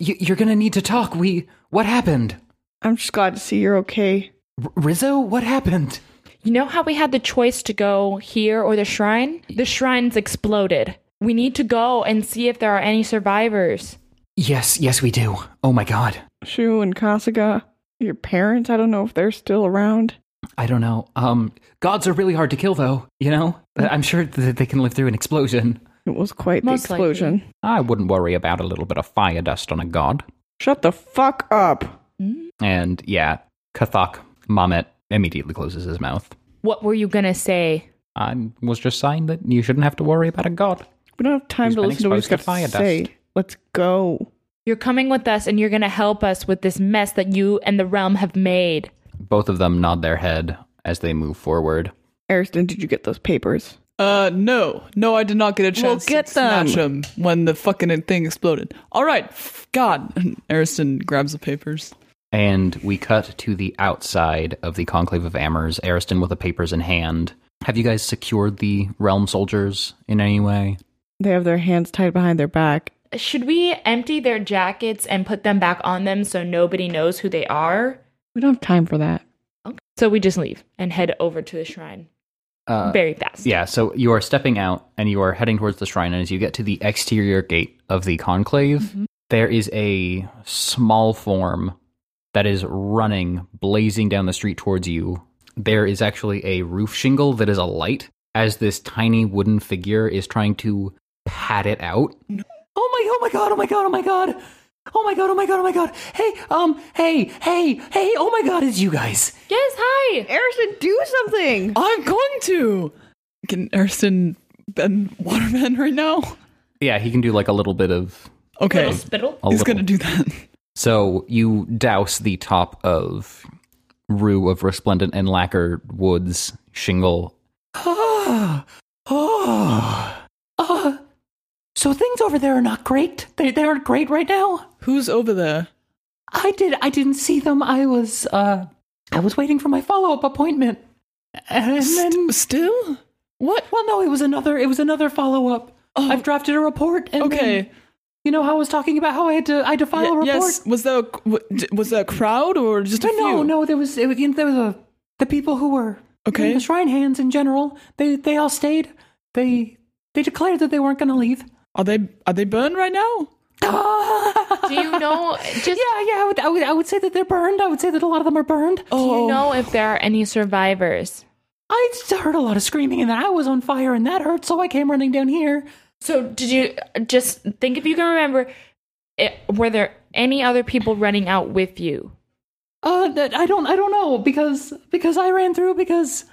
y- you're gonna need to talk. We. What happened? I'm just glad to see you're okay. R- Rizzo, what happened? You know how we had the choice to go here or the shrine? The shrine's exploded. We need to go and see if there are any survivors. Yes, yes, we do. Oh my god. Shu and Kasuga, your parents, I don't know if they're still around. I don't know. Um, gods are really hard to kill, though. You know, I- I'm sure that they can live through an explosion. It was quite the Most likely. explosion. I wouldn't worry about a little bit of fire dust on a god. Shut the fuck up. And yeah, Kathak Mamet immediately closes his mouth. What were you gonna say? I was just saying that you shouldn't have to worry about a god. We don't have time He's to been listen to what he's got exposed to to fire say. dust. Let's go. You're coming with us and you're gonna help us with this mess that you and the realm have made. Both of them nod their head as they move forward. Ariston, did you get those papers? Uh, no, no, I did not get a Well, chance get to snatch them. him when the fucking thing exploded. All right, f- God. Ariston grabs the papers. And we cut to the outside of the Conclave of Amers, Ariston with the papers in hand. Have you guys secured the realm soldiers in any way? They have their hands tied behind their back. Should we empty their jackets and put them back on them so nobody knows who they are? We don't have time for that. So we just leave and head over to the shrine Uh, very fast. yeah, so you are stepping out and you are heading towards the shrine. And as you get to the exterior gate of the conclave, Mm-hmm. there is a small form that is running, blazing down the street towards you. There is actually a roof shingle that is alight as this tiny wooden figure is trying to pat it out. Oh my, oh my god, oh my god, oh my god. Oh my god, oh my god, oh my god. Hey, um, hey, hey, hey, oh my god, it's you guys. Yes, hi. Harrison, do something. I'm going to. Can Erson bend waterbend right now? Yeah, he can do like a little bit of. Okay, Little spittle. A he's little. gonna do that. So you douse the top of Rue of Resplendent and Lacquer Woods shingle. Ah, ah, ah. So things over there are not great. They they aren't great right now. Who's over there? I did I didn't see them. I was uh I was waiting for my follow up appointment. And then St- still? what? Well, no, it was another it was another follow up. Oh. I've drafted a report and Okay. then, you know how I was talking about how I had to I had to file a report. Ye- yes. Was that a, w- d- was that a crowd or just a No, no, few? no. There was it, was- you know, there was a the people who were Okay. the shrine hands in general. They they all stayed. They they declared that they weren't going to leave. Are they are they burned right now? Ah! Do you (laughs) know? Just yeah, yeah. I would, I would I would say that they're burned. I would say that a lot of them are burned. do Oh. you know if there are any survivors? I just heard a lot of screaming, and then I was on fire, and that hurt, so I came running down here. So did you just think if you can remember? It, were there any other people running out with you? Uh, that I don't I don't know because because I ran through because.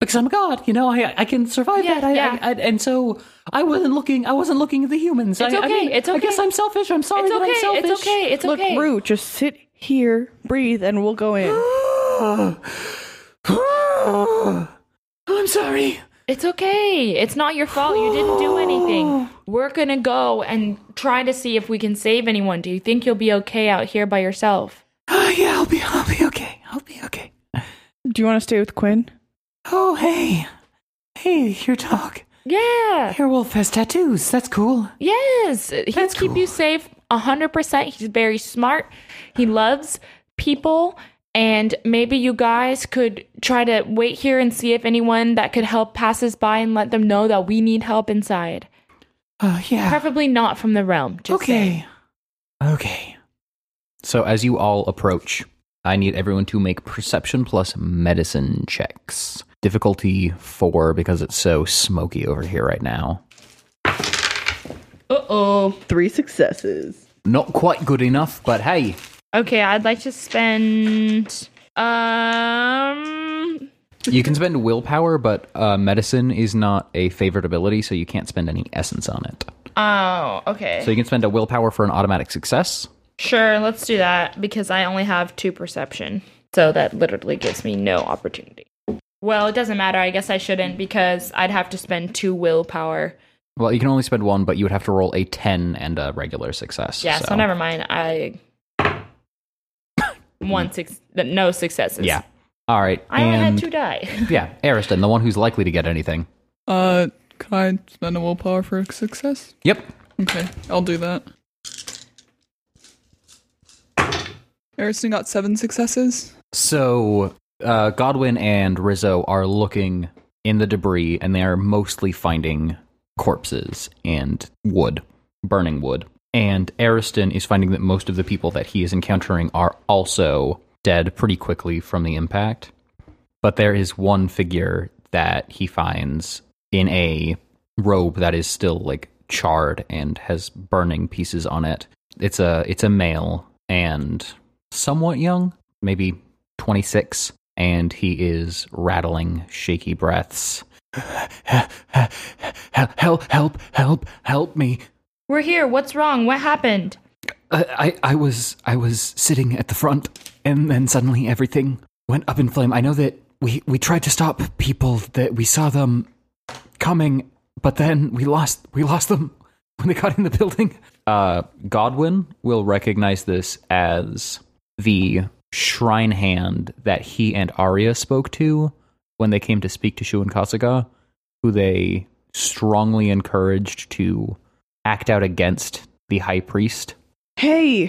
Because I'm a god, you know, I I can survive Yeah, that. I, yeah. I, I and so I wasn't looking. I wasn't looking at the humans. It's I, I okay, mean, it's I guess okay. I'm selfish. I'm sorry It's that I'm okay. selfish. It's okay. It's Look, okay. Rue, just sit here, breathe, and we'll go in. (gasps) (sighs) I'm sorry. It's okay. It's not your fault. You didn't do (sighs) anything. We're going to go and try to see if we can save anyone. Do you think you'll be okay out here by yourself? Oh yeah, I'll be I'll be okay. I'll be okay. Do you want to stay with Quinn? Oh hey. Hey, your dog. Yeah. Airwolf has tattoos. That's cool. Yes. He'll That's keep cool. you safe 100%. He's very smart. He loves people. And maybe you guys could try to wait here and see if anyone that could help passes by and let them know that we need help inside. Oh yeah. Preferably not from the realm. Just saying. okay. Okay. So as you all approach, I need everyone to make perception plus medicine checks. Difficulty 4 because it's so smoky over here right now. Three successes. Not quite good enough, but hey, Okay, I'd like to spend um you can spend willpower, but uh, medicine is not a favorite ability, so you can't spend any essence on it. oh, okay. So you can spend a willpower for an automatic success. sure, let's do that because I only have 2 perception. So that literally gives me no opportunity. Well, it doesn't matter. I guess I shouldn't because I'd have to spend 2 willpower. Well, you can only spend one, but you would have to roll a 10 and a regular success. Yeah, so, never mind. I (coughs) one six no successes. Yeah. All right. I only and had 2 die. (laughs) yeah, Ariston, the one who's likely to get anything. Uh, can I spend a willpower for success? Yep. Okay, I'll do that. Ariston got seven successes. So uh, Godwin and Rizzo are looking in the debris, and they are mostly finding corpses and wood, burning wood. And Ariston is finding that most of the people that he is encountering are also dead pretty quickly from the impact. But there is one figure that he finds in a robe that is still like charred and has burning pieces on it. It's a it's a male and somewhat young, maybe 26, and he is rattling shaky breaths. Help, help, help, help me. We're here. What's wrong? What happened? I, I I was I was sitting at the front, and then suddenly everything went up in flame. I know that we we tried to stop people that we saw them coming, but then we lost we lost them (laughs) when they got in the building. Uh, Godwin will recognize this as the shrine hand that he and Arya spoke to when they came to speak to Shu and Kasuga, who they strongly encouraged to act out against the high priest. Hey, (laughs)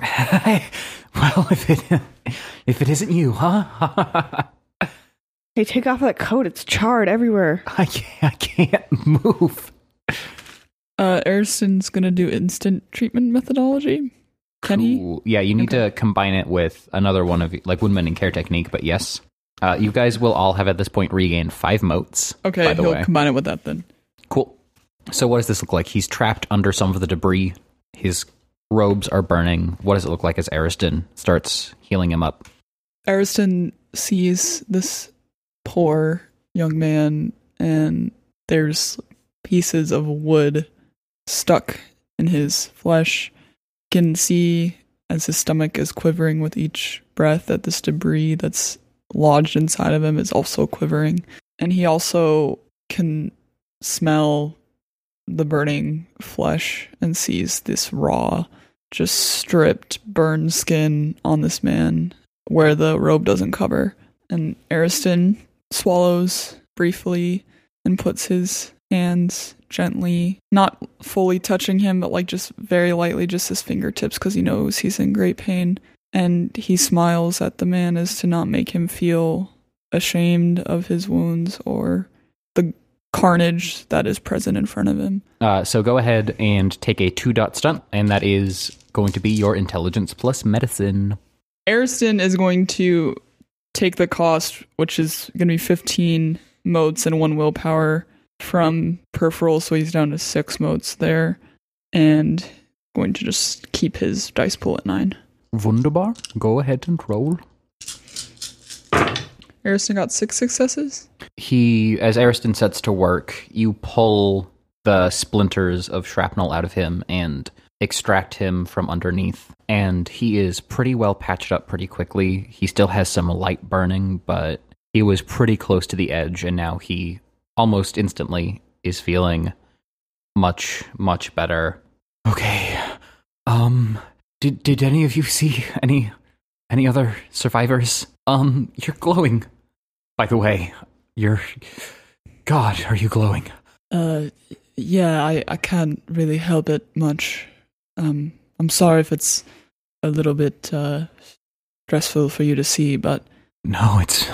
well, if it if it isn't you, huh? (laughs) hey, take off that coat. It's charred everywhere. I can't, I can't move. Uh, Ariston's gonna do instant treatment methodology. Can he? Ooh, yeah, you need to combine it with another one of like woodmending care technique. But yes, uh, you guys will all have at this point regained five motes. by Okay, the he'll way. combine it with that then. Cool. So what does this look like? He's trapped under some of the debris. His robes are burning. What does it look like as Ariston starts healing him up? Ariston sees this poor young man, and there's pieces of wood stuck in his flesh. Can see as his stomach is quivering with each breath that this debris that's lodged inside of him is also quivering, and he also can smell the burning flesh and sees this raw, just stripped, burned skin on this man where the robe doesn't cover. And Ariston swallows briefly and puts his hands gently, not fully touching him, but like just very lightly, just his fingertips, because he knows he's in great pain. And he smiles at the man as to not make him feel ashamed of his wounds or the carnage that is present in front of him. Uh, so go ahead and take a two dot stunt, and that is going to be your intelligence plus medicine. Ariston is going to take the cost, which is going to be 15 motes and one willpower from peripheral, so he's down to six motes there, and going to just keep his dice pool at nine. Wunderbar. Go ahead and roll. Ariston got six successes. He, as Ariston sets to work, you pull the splinters of shrapnel out of him and extract him from underneath. And he is pretty well patched up pretty quickly. He still has some light burning, but he was pretty close to the edge, and now he almost instantly is feeling much, much better. Okay. Um, did did any of you see any any other survivors? Um, you're glowing. By the way, you're God, are you glowing? Uh, yeah, I, I can't really help it much. Um, I'm sorry if it's a little bit uh, stressful for you to see, but No, it's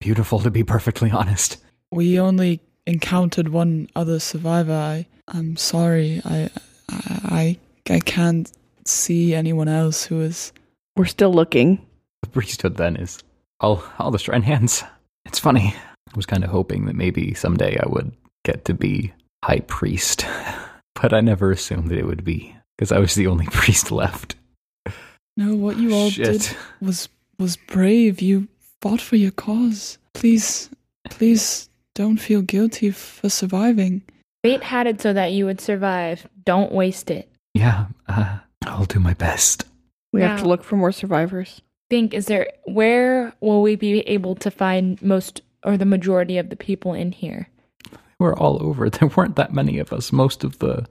beautiful to be perfectly honest. we only encountered one other survivor. I, I'm sorry. I, I, I, I can't see anyone else who is. We're still looking. The priesthood then is all all the shrine hands. It's funny. I was kind of hoping that maybe someday I would get to be high priest, (laughs) but I never assumed that it would be because I was the only (laughs) priest left. No, what you all did was was brave. You fought for your cause. Please, please don't feel guilty for surviving. Fate had it so that you would survive. Don't waste it. Yeah, uh, I'll do my best. We have Yeah. to look for more survivors. Think, is there where will we be able to find most or the majority of the people in here? We're all over. (laughs) There weren't that many of us. Most of the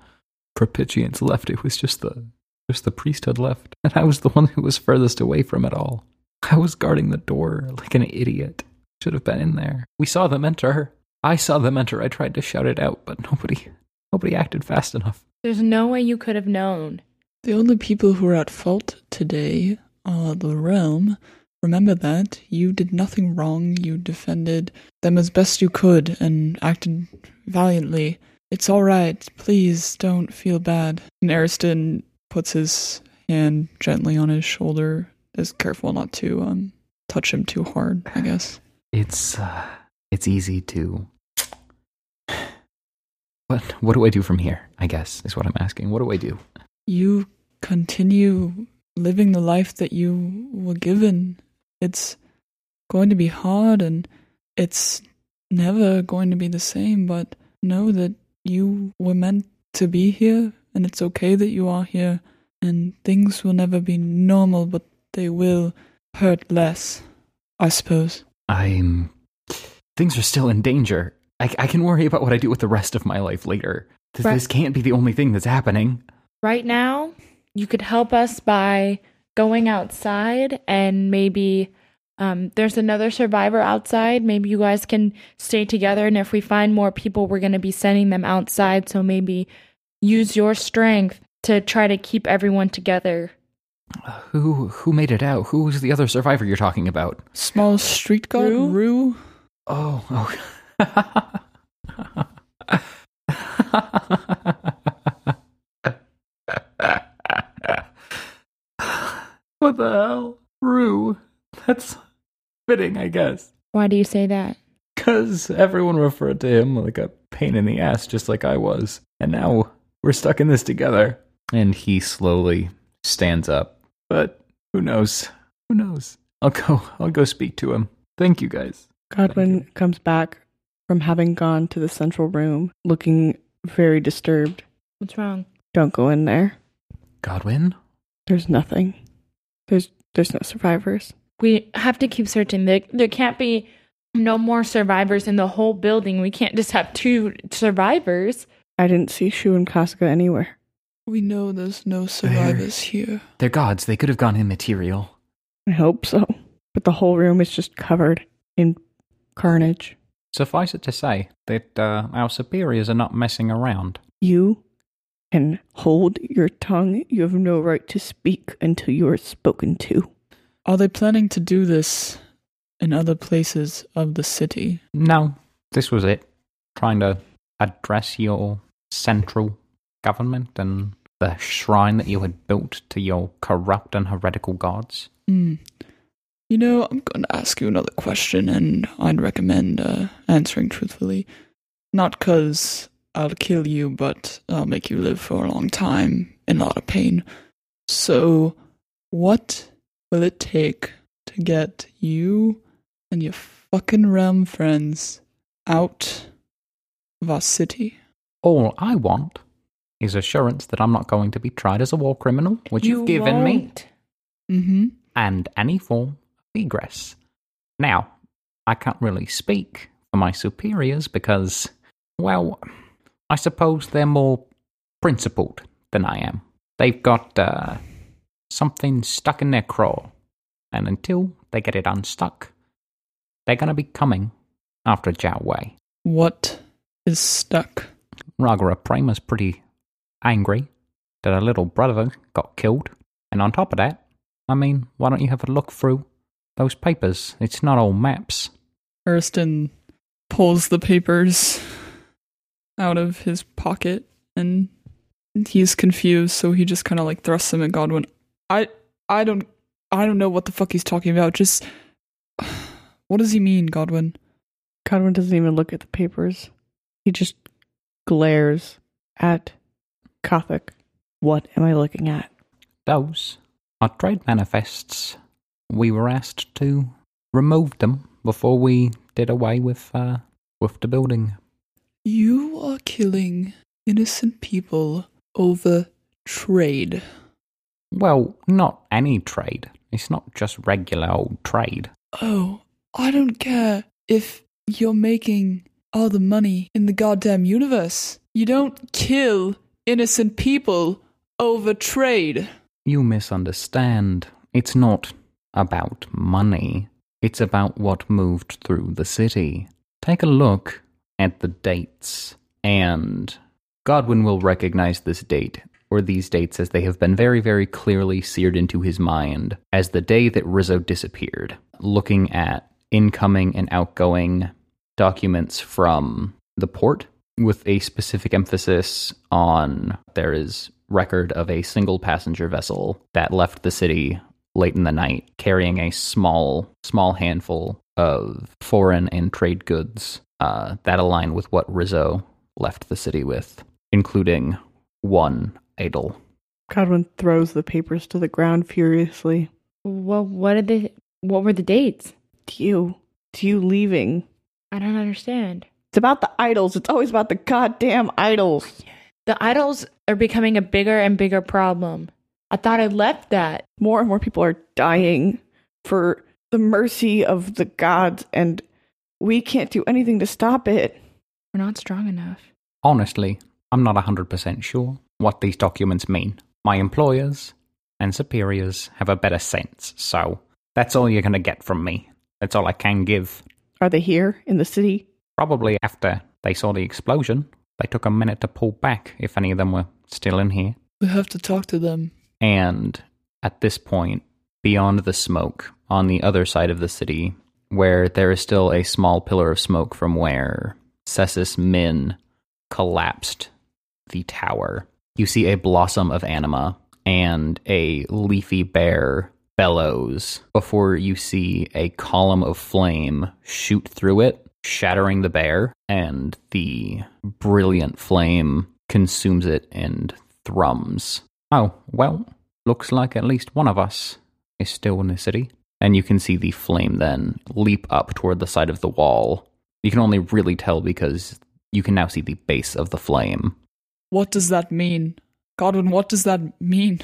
propitiants left. It was just the just the priesthood left, (laughs) and I was the one who was furthest away from it all. I was guarding the door like an idiot. Should have been in there. We saw them enter. I saw them enter. I tried to shout it out, but nobody nobody acted fast enough. There's no way you could have known. The only people who are at fault today are the realm. Remember that. You did nothing wrong. You defended them as best you could and acted valiantly. It's alright. Please don't feel bad. And Ariston puts his hand gently on his shoulder, is careful not to um, touch him too hard, I guess. It's uh, it's easy to. (sighs) What what do I do from here? I guess is what I'm asking. What do I do? you continue living the life that you were given. It's going to be hard and it's never going to be the same, but know that you were meant to be here and it's okay that you are here and things will never be normal, but they will hurt less, I suppose. I'm. Things are still in danger. I, I can worry about what I do with the rest of my life later. Th- Right. This can't be the only thing that's happening. Right now, you could help us by going outside and maybe um, there's another survivor outside. Maybe you guys can stay together. And if we find more people, we're going to be sending them outside. So maybe use your strength to try to keep everyone together. Uh, Who who made it out? Who was the other survivor you're talking about? Small streetcar, Rue? Rue? Oh, oh. (laughs) what the hell? Rue. That's fitting, I guess. Why do you say that? Because everyone referred to him like a pain in the ass, just like I was. And now we're stuck in this together. And he slowly stands up. But who knows? Who knows? I'll go. I'll go speak to him. Thank you guys. Godwin comes back from having gone to the central room looking very disturbed. What's wrong? Don't go in there. Godwin. There's nothing. There's there's no survivors. We have to keep searching. There, there can't be no more survivors in the whole building. We can't just have two survivors. I didn't see Shu and Casca anywhere. We know there's no survivors here. They're gods. They could have gone immaterial. I hope so. But the whole room is just covered in carnage. Suffice it to say that uh, our superiors are not messing around. You can hold your tongue. You have no right to speak until you are spoken to. Are they planning to do this in other places of the city? No, this was it. Trying to address your central government and the shrine that you had built to your corrupt and heretical gods. Hmm. You know, I'm going to ask you another question, and I'd recommend uh, answering truthfully. Not because I'll kill you, but I'll make you live for a long time in a lot of pain. So, what will it take to get you and your fucking realm friends out of our city? All I want is assurance that I'm not going to be tried as a war criminal, which you have given me, won't. Mm-hmm. and any form of egress. Now, I can't really speak for my superiors because, well, I suppose they're more principled than I am. They've got uh, something stuck in their craw, and until they get it unstuck, they're going to be coming after Zhao Wei. What is stuck? Ragara Prema's pretty angry that her little brother got killed. And on top of that, I mean, why don't you have a look through those papers? It's not all maps. Ariston pulls the papers out of his pocket and he's confused, so he just kind of like thrusts them at Godwin. I I don't I don't know what the fuck he's talking about. Just (sighs) what does he mean, Godwin? Godwin doesn't even look at the papers. He just glares at Kothic. What am I looking at? Those are trade manifests. We were asked to remove them before we did away with uh, with the building. You are killing innocent people over trade. Well, not any trade. It's not just regular old trade. Oh, I don't care if you're making all the money in the goddamn universe. You don't kill innocent people over trade. You misunderstand. It's not about money, it's about what moved through the city. Take a look at the dates, and Godwin will recognize this date or these dates as they have been very, very clearly seared into his mind as the day that Rizzo disappeared. Looking at incoming and outgoing documents from the port with a specific emphasis on there is record of a single passenger vessel that left the city late in the night carrying a small small handful of foreign and trade goods uh, that align with what Rizzo left the city with, including one idol. Godwin throws the papers to the ground furiously. Well, what did they? What were the dates? To you. To you leaving. I don't understand. It's about the idols. It's always about the goddamn idols. The idols are becoming a bigger and bigger problem. I thought I left that. More and more people are dying for the mercy of the gods, and we can't do anything to stop it. We're not strong enough. honestly, I'm not 100% sure what these documents mean. My employers and superiors have a better sense, so that's all you're going to get from me. That's all I can give. Are they here in the city? Probably after they saw the explosion, they took a minute to pull back if any of them were still in here. We have to talk to them. And at this point, beyond the smoke, on the other side of the city, where there is still a small pillar of smoke from where Cessus Min collapsed the tower, you see a blossom of anima and a leafy bear bellows before you see a column of flame shoot through it, shattering the bear, and the brilliant flame consumes it and thrums. Oh, well, Looks like at least one of us is still in the city. And you can see the flame then leap up toward the side of the wall. You can only really tell because you can now see the base of the flame. What does that mean? Godwin, what does that mean?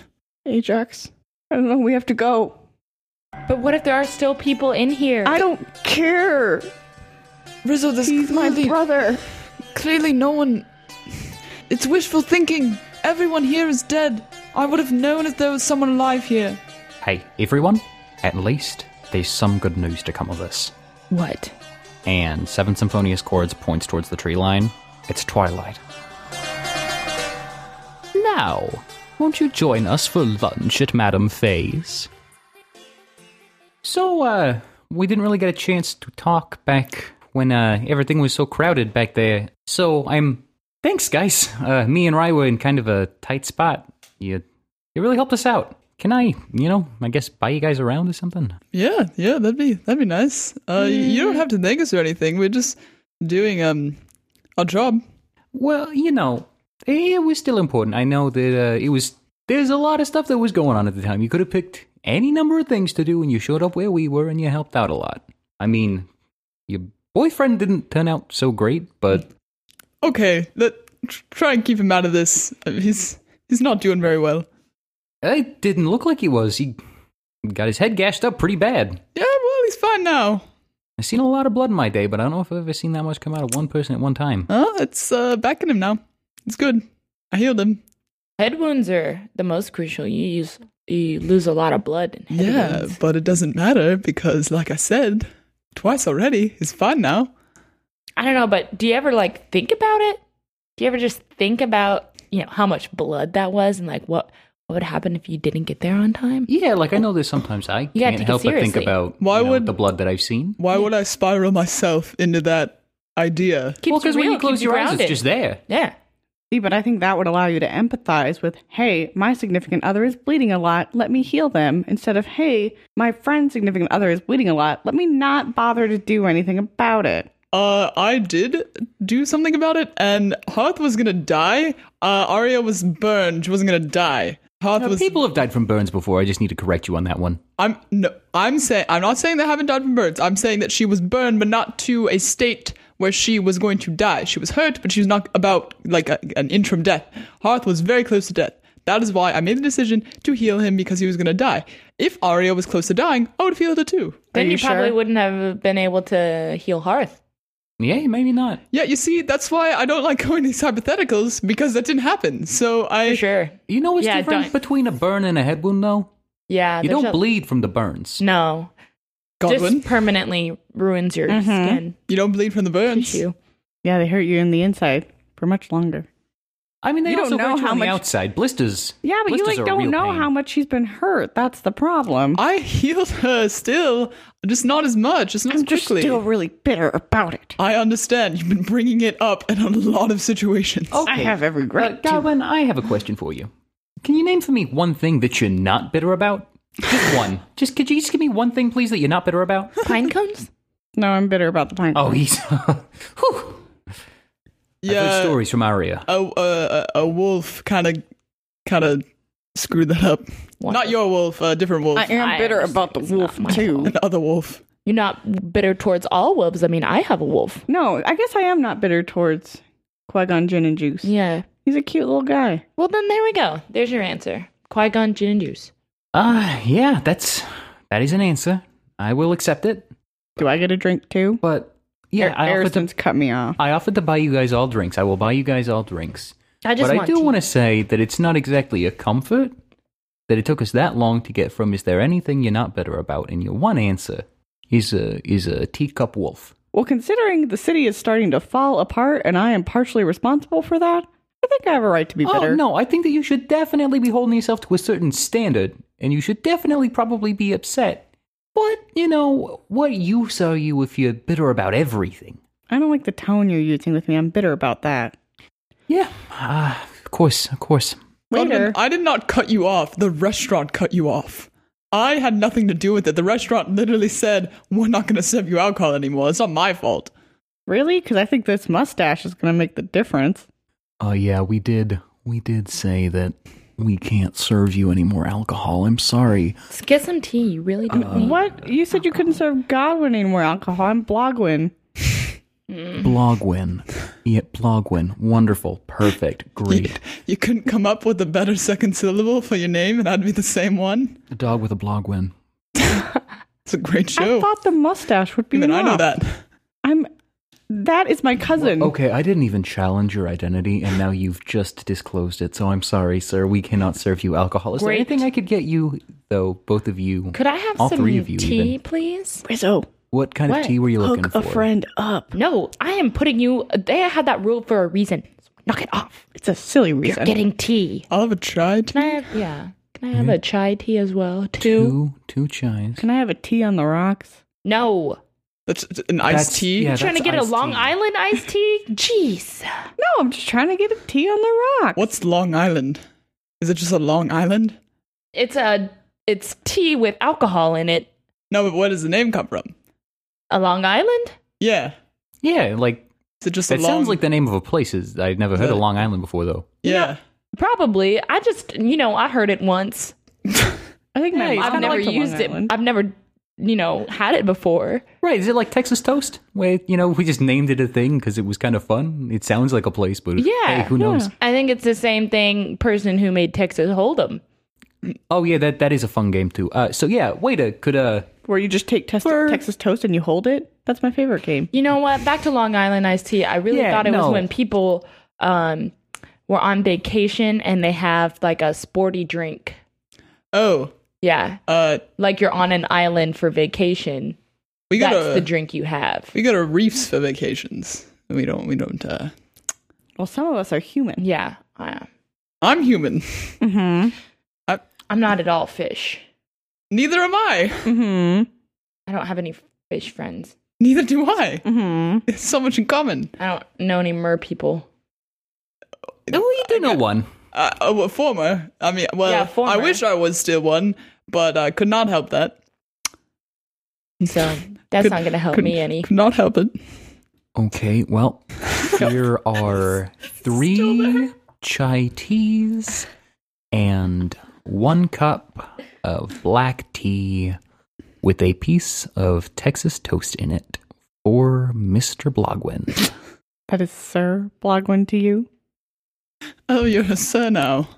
Ajax, I don't know. We have to go. But what if there are still people in here? I don't care. Rizzo, this He's my clearly, brother. clearly no one. It's wishful thinking. Everyone here is dead. I would have known if there was someone alive here. Hey, everyone, at least there's some good news to come of this. What? And Seven Symphonious Chords points towards the tree line. It's twilight. Now, won't you join us for lunch at Madame Fay's? So, uh, we didn't really get a chance to talk back when uh, everything was so crowded back there. So, I'm. Thanks, guys. Uh, me and Rai were in kind of a tight spot. You, you really helped us out. Can I, you know, I guess buy you guys around or something? Yeah, yeah, that'd be that'd be nice. Uh, You don't have to thank us or anything. We're just doing um our job. Well, you know, it was still important. I know that uh, it was. There's a lot of stuff that was going on at the time. You could have picked any number of things to do, and you showed up where we were, and you helped out a lot. I mean, your boyfriend didn't turn out so great, but Okay, let tr- try and keep him out of this. Uh, He's he's not doing very well. it didn't look like he was. He got his head gashed up pretty bad. Yeah, well, he's fine now. I've seen a lot of blood in my day, but I don't know if I've ever seen that much come out of one person at one time. Oh, it's uh, back in him now. It's good. I healed him. Head wounds are the most crucial. You use you lose a lot of blood. In head yeah, wounds. but it doesn't matter because, like I said, twice already, he's fine now. I don't know. But do you ever like think about it? Do you ever just think about you know how much blood that was and like what what would happen if you didn't get there on time? Yeah, like I know that sometimes I You gotta can't take it help but think seriously. about Why you know, would- the blood that I've seen. Why would I spiral myself into that idea? Keeps well, because when real, you close keeps your eyes, grounded. it's just there. yeah. See, but I think that would allow you to empathize with, hey, my significant other is bleeding a lot. Let me heal them. Instead of, hey, my friend's significant other is bleeding a lot. Let me not bother to do anything about it. Uh, I did do something about it, and Hearth was gonna die. Uh, Arya was burned. She wasn't gonna die. Hearth Now, was. people have died from burns before. I just need to correct you on that one. I'm no. I'm saying. I'm not saying they haven't died from burns. I'm saying that she was burned, but not to a state where she was going to die. She was hurt, but she was not about like a, an interim death. Hearth was very close to death. That is why I made the decision to heal him because he was gonna die. If Arya was close to dying, I would have healed her too. Then you you, probably sure? wouldn't have been able to heal Hearth. Yeah, maybe not. Yeah, you see, that's why I don't like (laughs) going these hypotheticals because that didn't happen. So I. For sure. You know what's Yeah, different don't- between a burn and a head wound, though? Uh, Yeah. You there's don't a- bleed from the burns. No. Godwin, Just permanently ruins your Mhm. skin you don't bleed from the burns. tissue. Yeah, they hurt you in the inside for much longer. I mean, they You don't also know hurt you how on much- the outside. Blisters. Yeah, but Blisters you like are a don't real know pain. how much she's been hurt. That's the problem. I healed her still, just not as much, just not I'm as just quickly. still really bitter about it. I understand. You've been bringing it up in a lot of situations. Okay. I have every Uh, right. to. Godwin, I have a question for you. Can you name for me one thing that you're not bitter about? (laughs) Just one. just could you just give me one thing, please, that you're not bitter about? Pine cones? No, I'm bitter about the pine. Oh, he's. (laughs) Whew. I've heard stories from Aria. a, a, a wolf kind of kind of screwed that up. Not your wolf, a different wolf, I am I bitter understand. about the It's wolf not my too. another wolf. You're not bitter towards all wolves. I mean, I have a wolf. No, I guess I am not bitter towards Qui-Gon Gin and Juice. Yeah. He's a cute little guy. Well, then there we go. There's your answer. Qui Gon Gin and Juice. Ah, yeah, that's that is an answer. I will accept it. Do I get a drink too? But yeah, I offered to Ariston's cut me off. I offered to buy you guys all drinks. I will buy you guys all drinks. I just but want I do want to say that it's not exactly a comfort that it took us that long to get from. Is there anything you're not bitter about? And your one answer is a is a teacup wolf. Well, considering the city is starting to fall apart and I am partially responsible for that, I think I have a right to be bitter. Oh no, I think that you should definitely be holding yourself to a certain standard, and you should definitely probably be upset. But you know, what use are you if you're bitter about everything? I don't like the tone you're using with me. I'm bitter about that. Yeah, ah, of course, of course. Godwin, Later. I did not cut you off. The restaurant cut you off. I had nothing to do with it. The restaurant literally said, "We're not going to serve you alcohol anymore. It's not my fault." Really? Because I think Uh, this mustache is going to make the difference. Oh yeah, we did. We did say that we can't serve you any more alcohol. I'm sorry. Let's get some tea. You really don't need. What? You said you couldn't serve Godwin anymore alcohol. I'm Blogwin. Blogwin. Yeah, Blogwin. Wonderful. Perfect. Great. You couldn't come up with a better second syllable for your name, and that'd be the same one. A dog with a Blogwin. It's a great show. I thought the mustache would be. Even I know enough. that. I'm. That is my cousin. Oh, Okay, I didn't even challenge your identity, and now you've just disclosed it, so I'm sorry, sir. We cannot serve you alcohol. Is Great. there anything I could get you, though, both of you? Could I have All some three of you, tea, even. please? Rizzo, What kind What? of tea were you looking hook for? a friend up. No, I am putting you. They had that rule for a reason. Knock it off. It's a silly You're reason. getting tea. I'll have a try. Can I have? Yeah. Can I have a chai tea as well? Two. Mm-hmm. Two, two chais. Can I have a tea on the rocks? No. That's an iced That's- tea. yeah, Trying to that's get a iced Long tea. Island iced (laughs) tea? Jeez. No, I'm just trying to get a tea on the rocks. What's Long Island? Is it just a Long Island? It's a it's tea with alcohol in it. No, but where does the name come from? A Long Island? Yeah. Yeah, like Is it just it a long? sounds like the name of a place. Is I'd never heard Yeah. of Long Island before, though. yeah. Probably. I just you know, I heard it once. I think my Hey, mom I've never liked Long used it. Island. I've never you know, had it before. Right? Is it like Texas toast? Where you know we just named it a thing because it was kind of fun. It sounds like a place, but Yeah, hey, who knows? I think it's the same thing person who made Texas Hold'em. Oh yeah, that that is a fun game too. Uh, so yeah, waiter, could uh, Where you just take test- For- Texas toast and you hold it. That's my favorite game. You know what? Back to Long Island iced tea. I really Yeah, thought it no. was when people um were on vacation and they have like a sporty drink. Oh, Yeah. uh, Like you're on an island for vacation. we got That's a the drink you have. we got a reefs for vacations. We don't. We don't. uh Well, some of us are human. Yeah. I- I'm human. (laughs) Mm-hmm. I'm not at all fish. Neither am I. (laughs) Mm-hmm. I don't have any fish friends. Neither do I. Mm-hmm. It's so much in common. I don't know any mer people. oh, you do know one. Uh, oh, well, former. I mean, well, Yeah, former. I wish I was still one, but I could not help that. So (laughs) that's Could- not going to help could- me any. Could not help it. Okay, (laughs) well, here are three chai teas and one cup of black tea with a piece of Texas toast in it for Mr. Blogwin. That is Sir Blogwin to you. Oh, you're a sir now.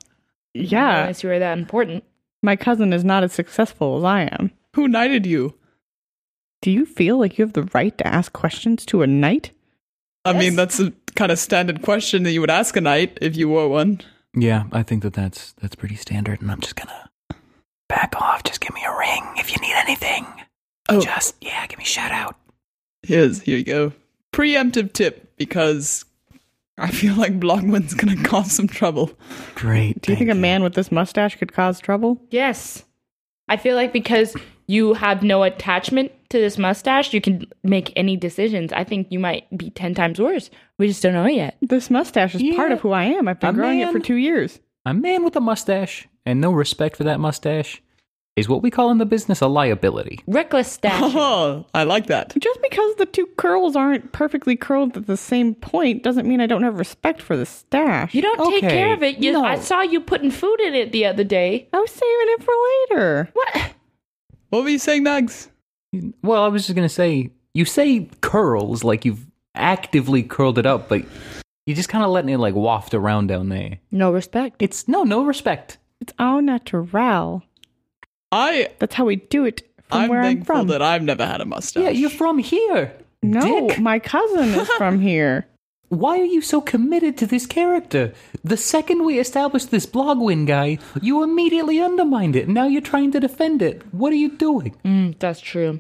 Yeah, Unless you were that important. my cousin is not as successful as I am. Who knighted you? Do you feel like you have the right to ask questions to a knight? I mean, Yes. that's a kind of standard question that you would ask a knight if you were one. Yeah, I think that that's that's pretty standard, and I'm just gonna back off. Just give me a ring if you need anything. Oh. Just yeah, give me a shout out. Here's here you go. Preemptive tip because I feel like Blogwin's gonna (laughs) cause some trouble. Great. Do you thank think a man with this mustache could cause trouble? Yes. I feel like because you have no attachment to this mustache, you can make any decisions. I think you might be 10 times worse. We just don't know yet. This mustache is part Yeah. of who I am. I've been A growing it man- for two years. A man with a mustache and no respect for that mustache is what we call in the business a liability. Reckless (laughs) stash. Oh, I like that. Just because the two curls aren't perfectly curled at the same point doesn't mean I don't have respect for the stash. you don't take Okay, care of it. You, no. I saw you putting food in it the other day. I was saving it for later. What? What were you saying, Nags? Well, I was just gonna say, you say curls like you've actively curled it up, but you're just kind of letting it like waft around down there. No respect. It's no, no respect. It's au naturel. I That's how we do it from I'm where I'm thankful from. that I've never had a mustache. Yeah, you're from here. no, Dick. my cousin is from here. Why are you so committed to this character? The second we established this Blogwin guy, you immediately undermined it. Now you're trying to defend it. What are you doing? Mm, that's true.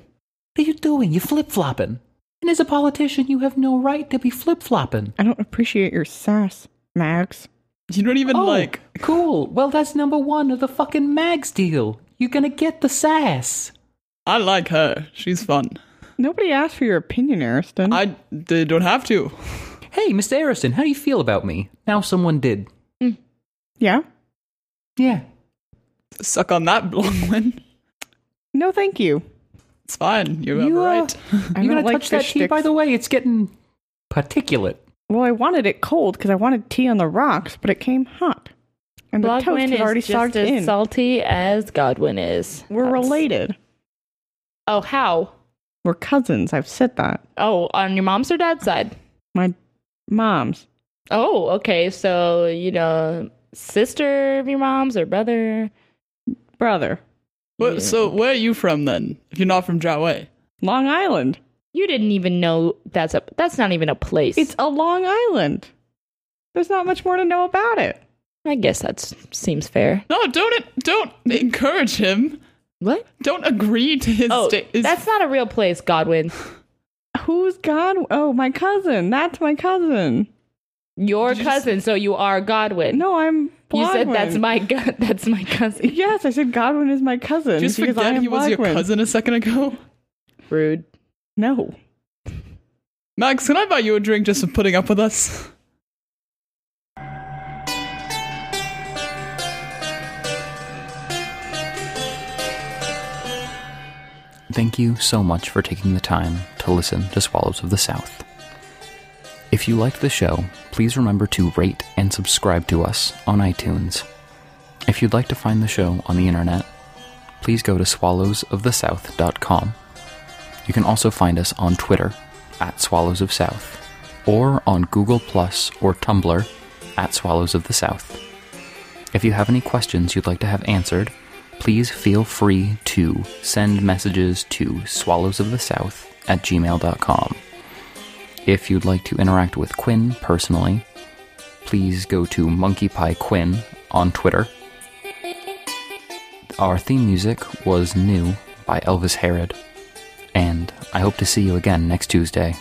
What are you doing? You're flip flopping. And as a politician, you have no right to be flip flopping. I don't appreciate your sass, Max. You don't even (laughs) oh, like. cool. Well, that's number one of the fucking mags deal. You're gonna get the sass. I like her. She's fun. Nobody asked for your opinion, Ariston. I they don't have to. Hey, Mr. Arison, how do you feel about me? Now someone did. yeah? Yeah. Suck on that, (laughs) Blogwin. No, thank you. It's fine. You're You, ever uh, right. I you don't gonna like touch that fish tea, by sticks. the way? It's getting particulate. Well, I wanted it cold because I wanted tea on the rocks, but it came hot. I And the toast Blogwin is already is just sogged as in. salty as Godwin is. We're That's- related. Oh, how? We're cousins. I've said that. Oh, on your mom's or dad's side? My mom's. Oh, okay. So, you know, sister of your mom's or brother? Brother. What, So where are you from then? If you're not from Jiawei, Long Island. You didn't even know that's a that's not even a place. It's a Long Island. There's not much more to know about it. I guess that seems fair. no, don't don't encourage him. What? Don't agree to his. Oh, sta- his- that's not a real place, Godwin. Who's God? Oh, my cousin. That's my cousin. Your cousin, so you are Godwin. No, I'm. you said Blogwin. that's my gu- (laughs) that's my cousin. Yes, I said Godwin is my cousin. just because I forget am he was your Blogwin. cousin a second ago. Rude. No. Max, can I buy you a drink just for putting up with us? Thank you so much for taking the time to listen to Swallows of the South. If you liked the show, please remember to rate and subscribe to us on iTunes. If you'd like to find the show on the internet, please go to swallowsofthesouth.com. You can also find us on Twitter at Swallows of South or on Google Plus or Tumblr at Swallows of the South. If you have any questions you'd like to have answered, please feel free to send messages to swallowsofthesouth at gmail.com. If you'd like to interact with Quinn personally, please go to Monkey Pie Quinn on Twitter. Our theme music was New by Elvis Herod, and I hope to see you again next Tuesday.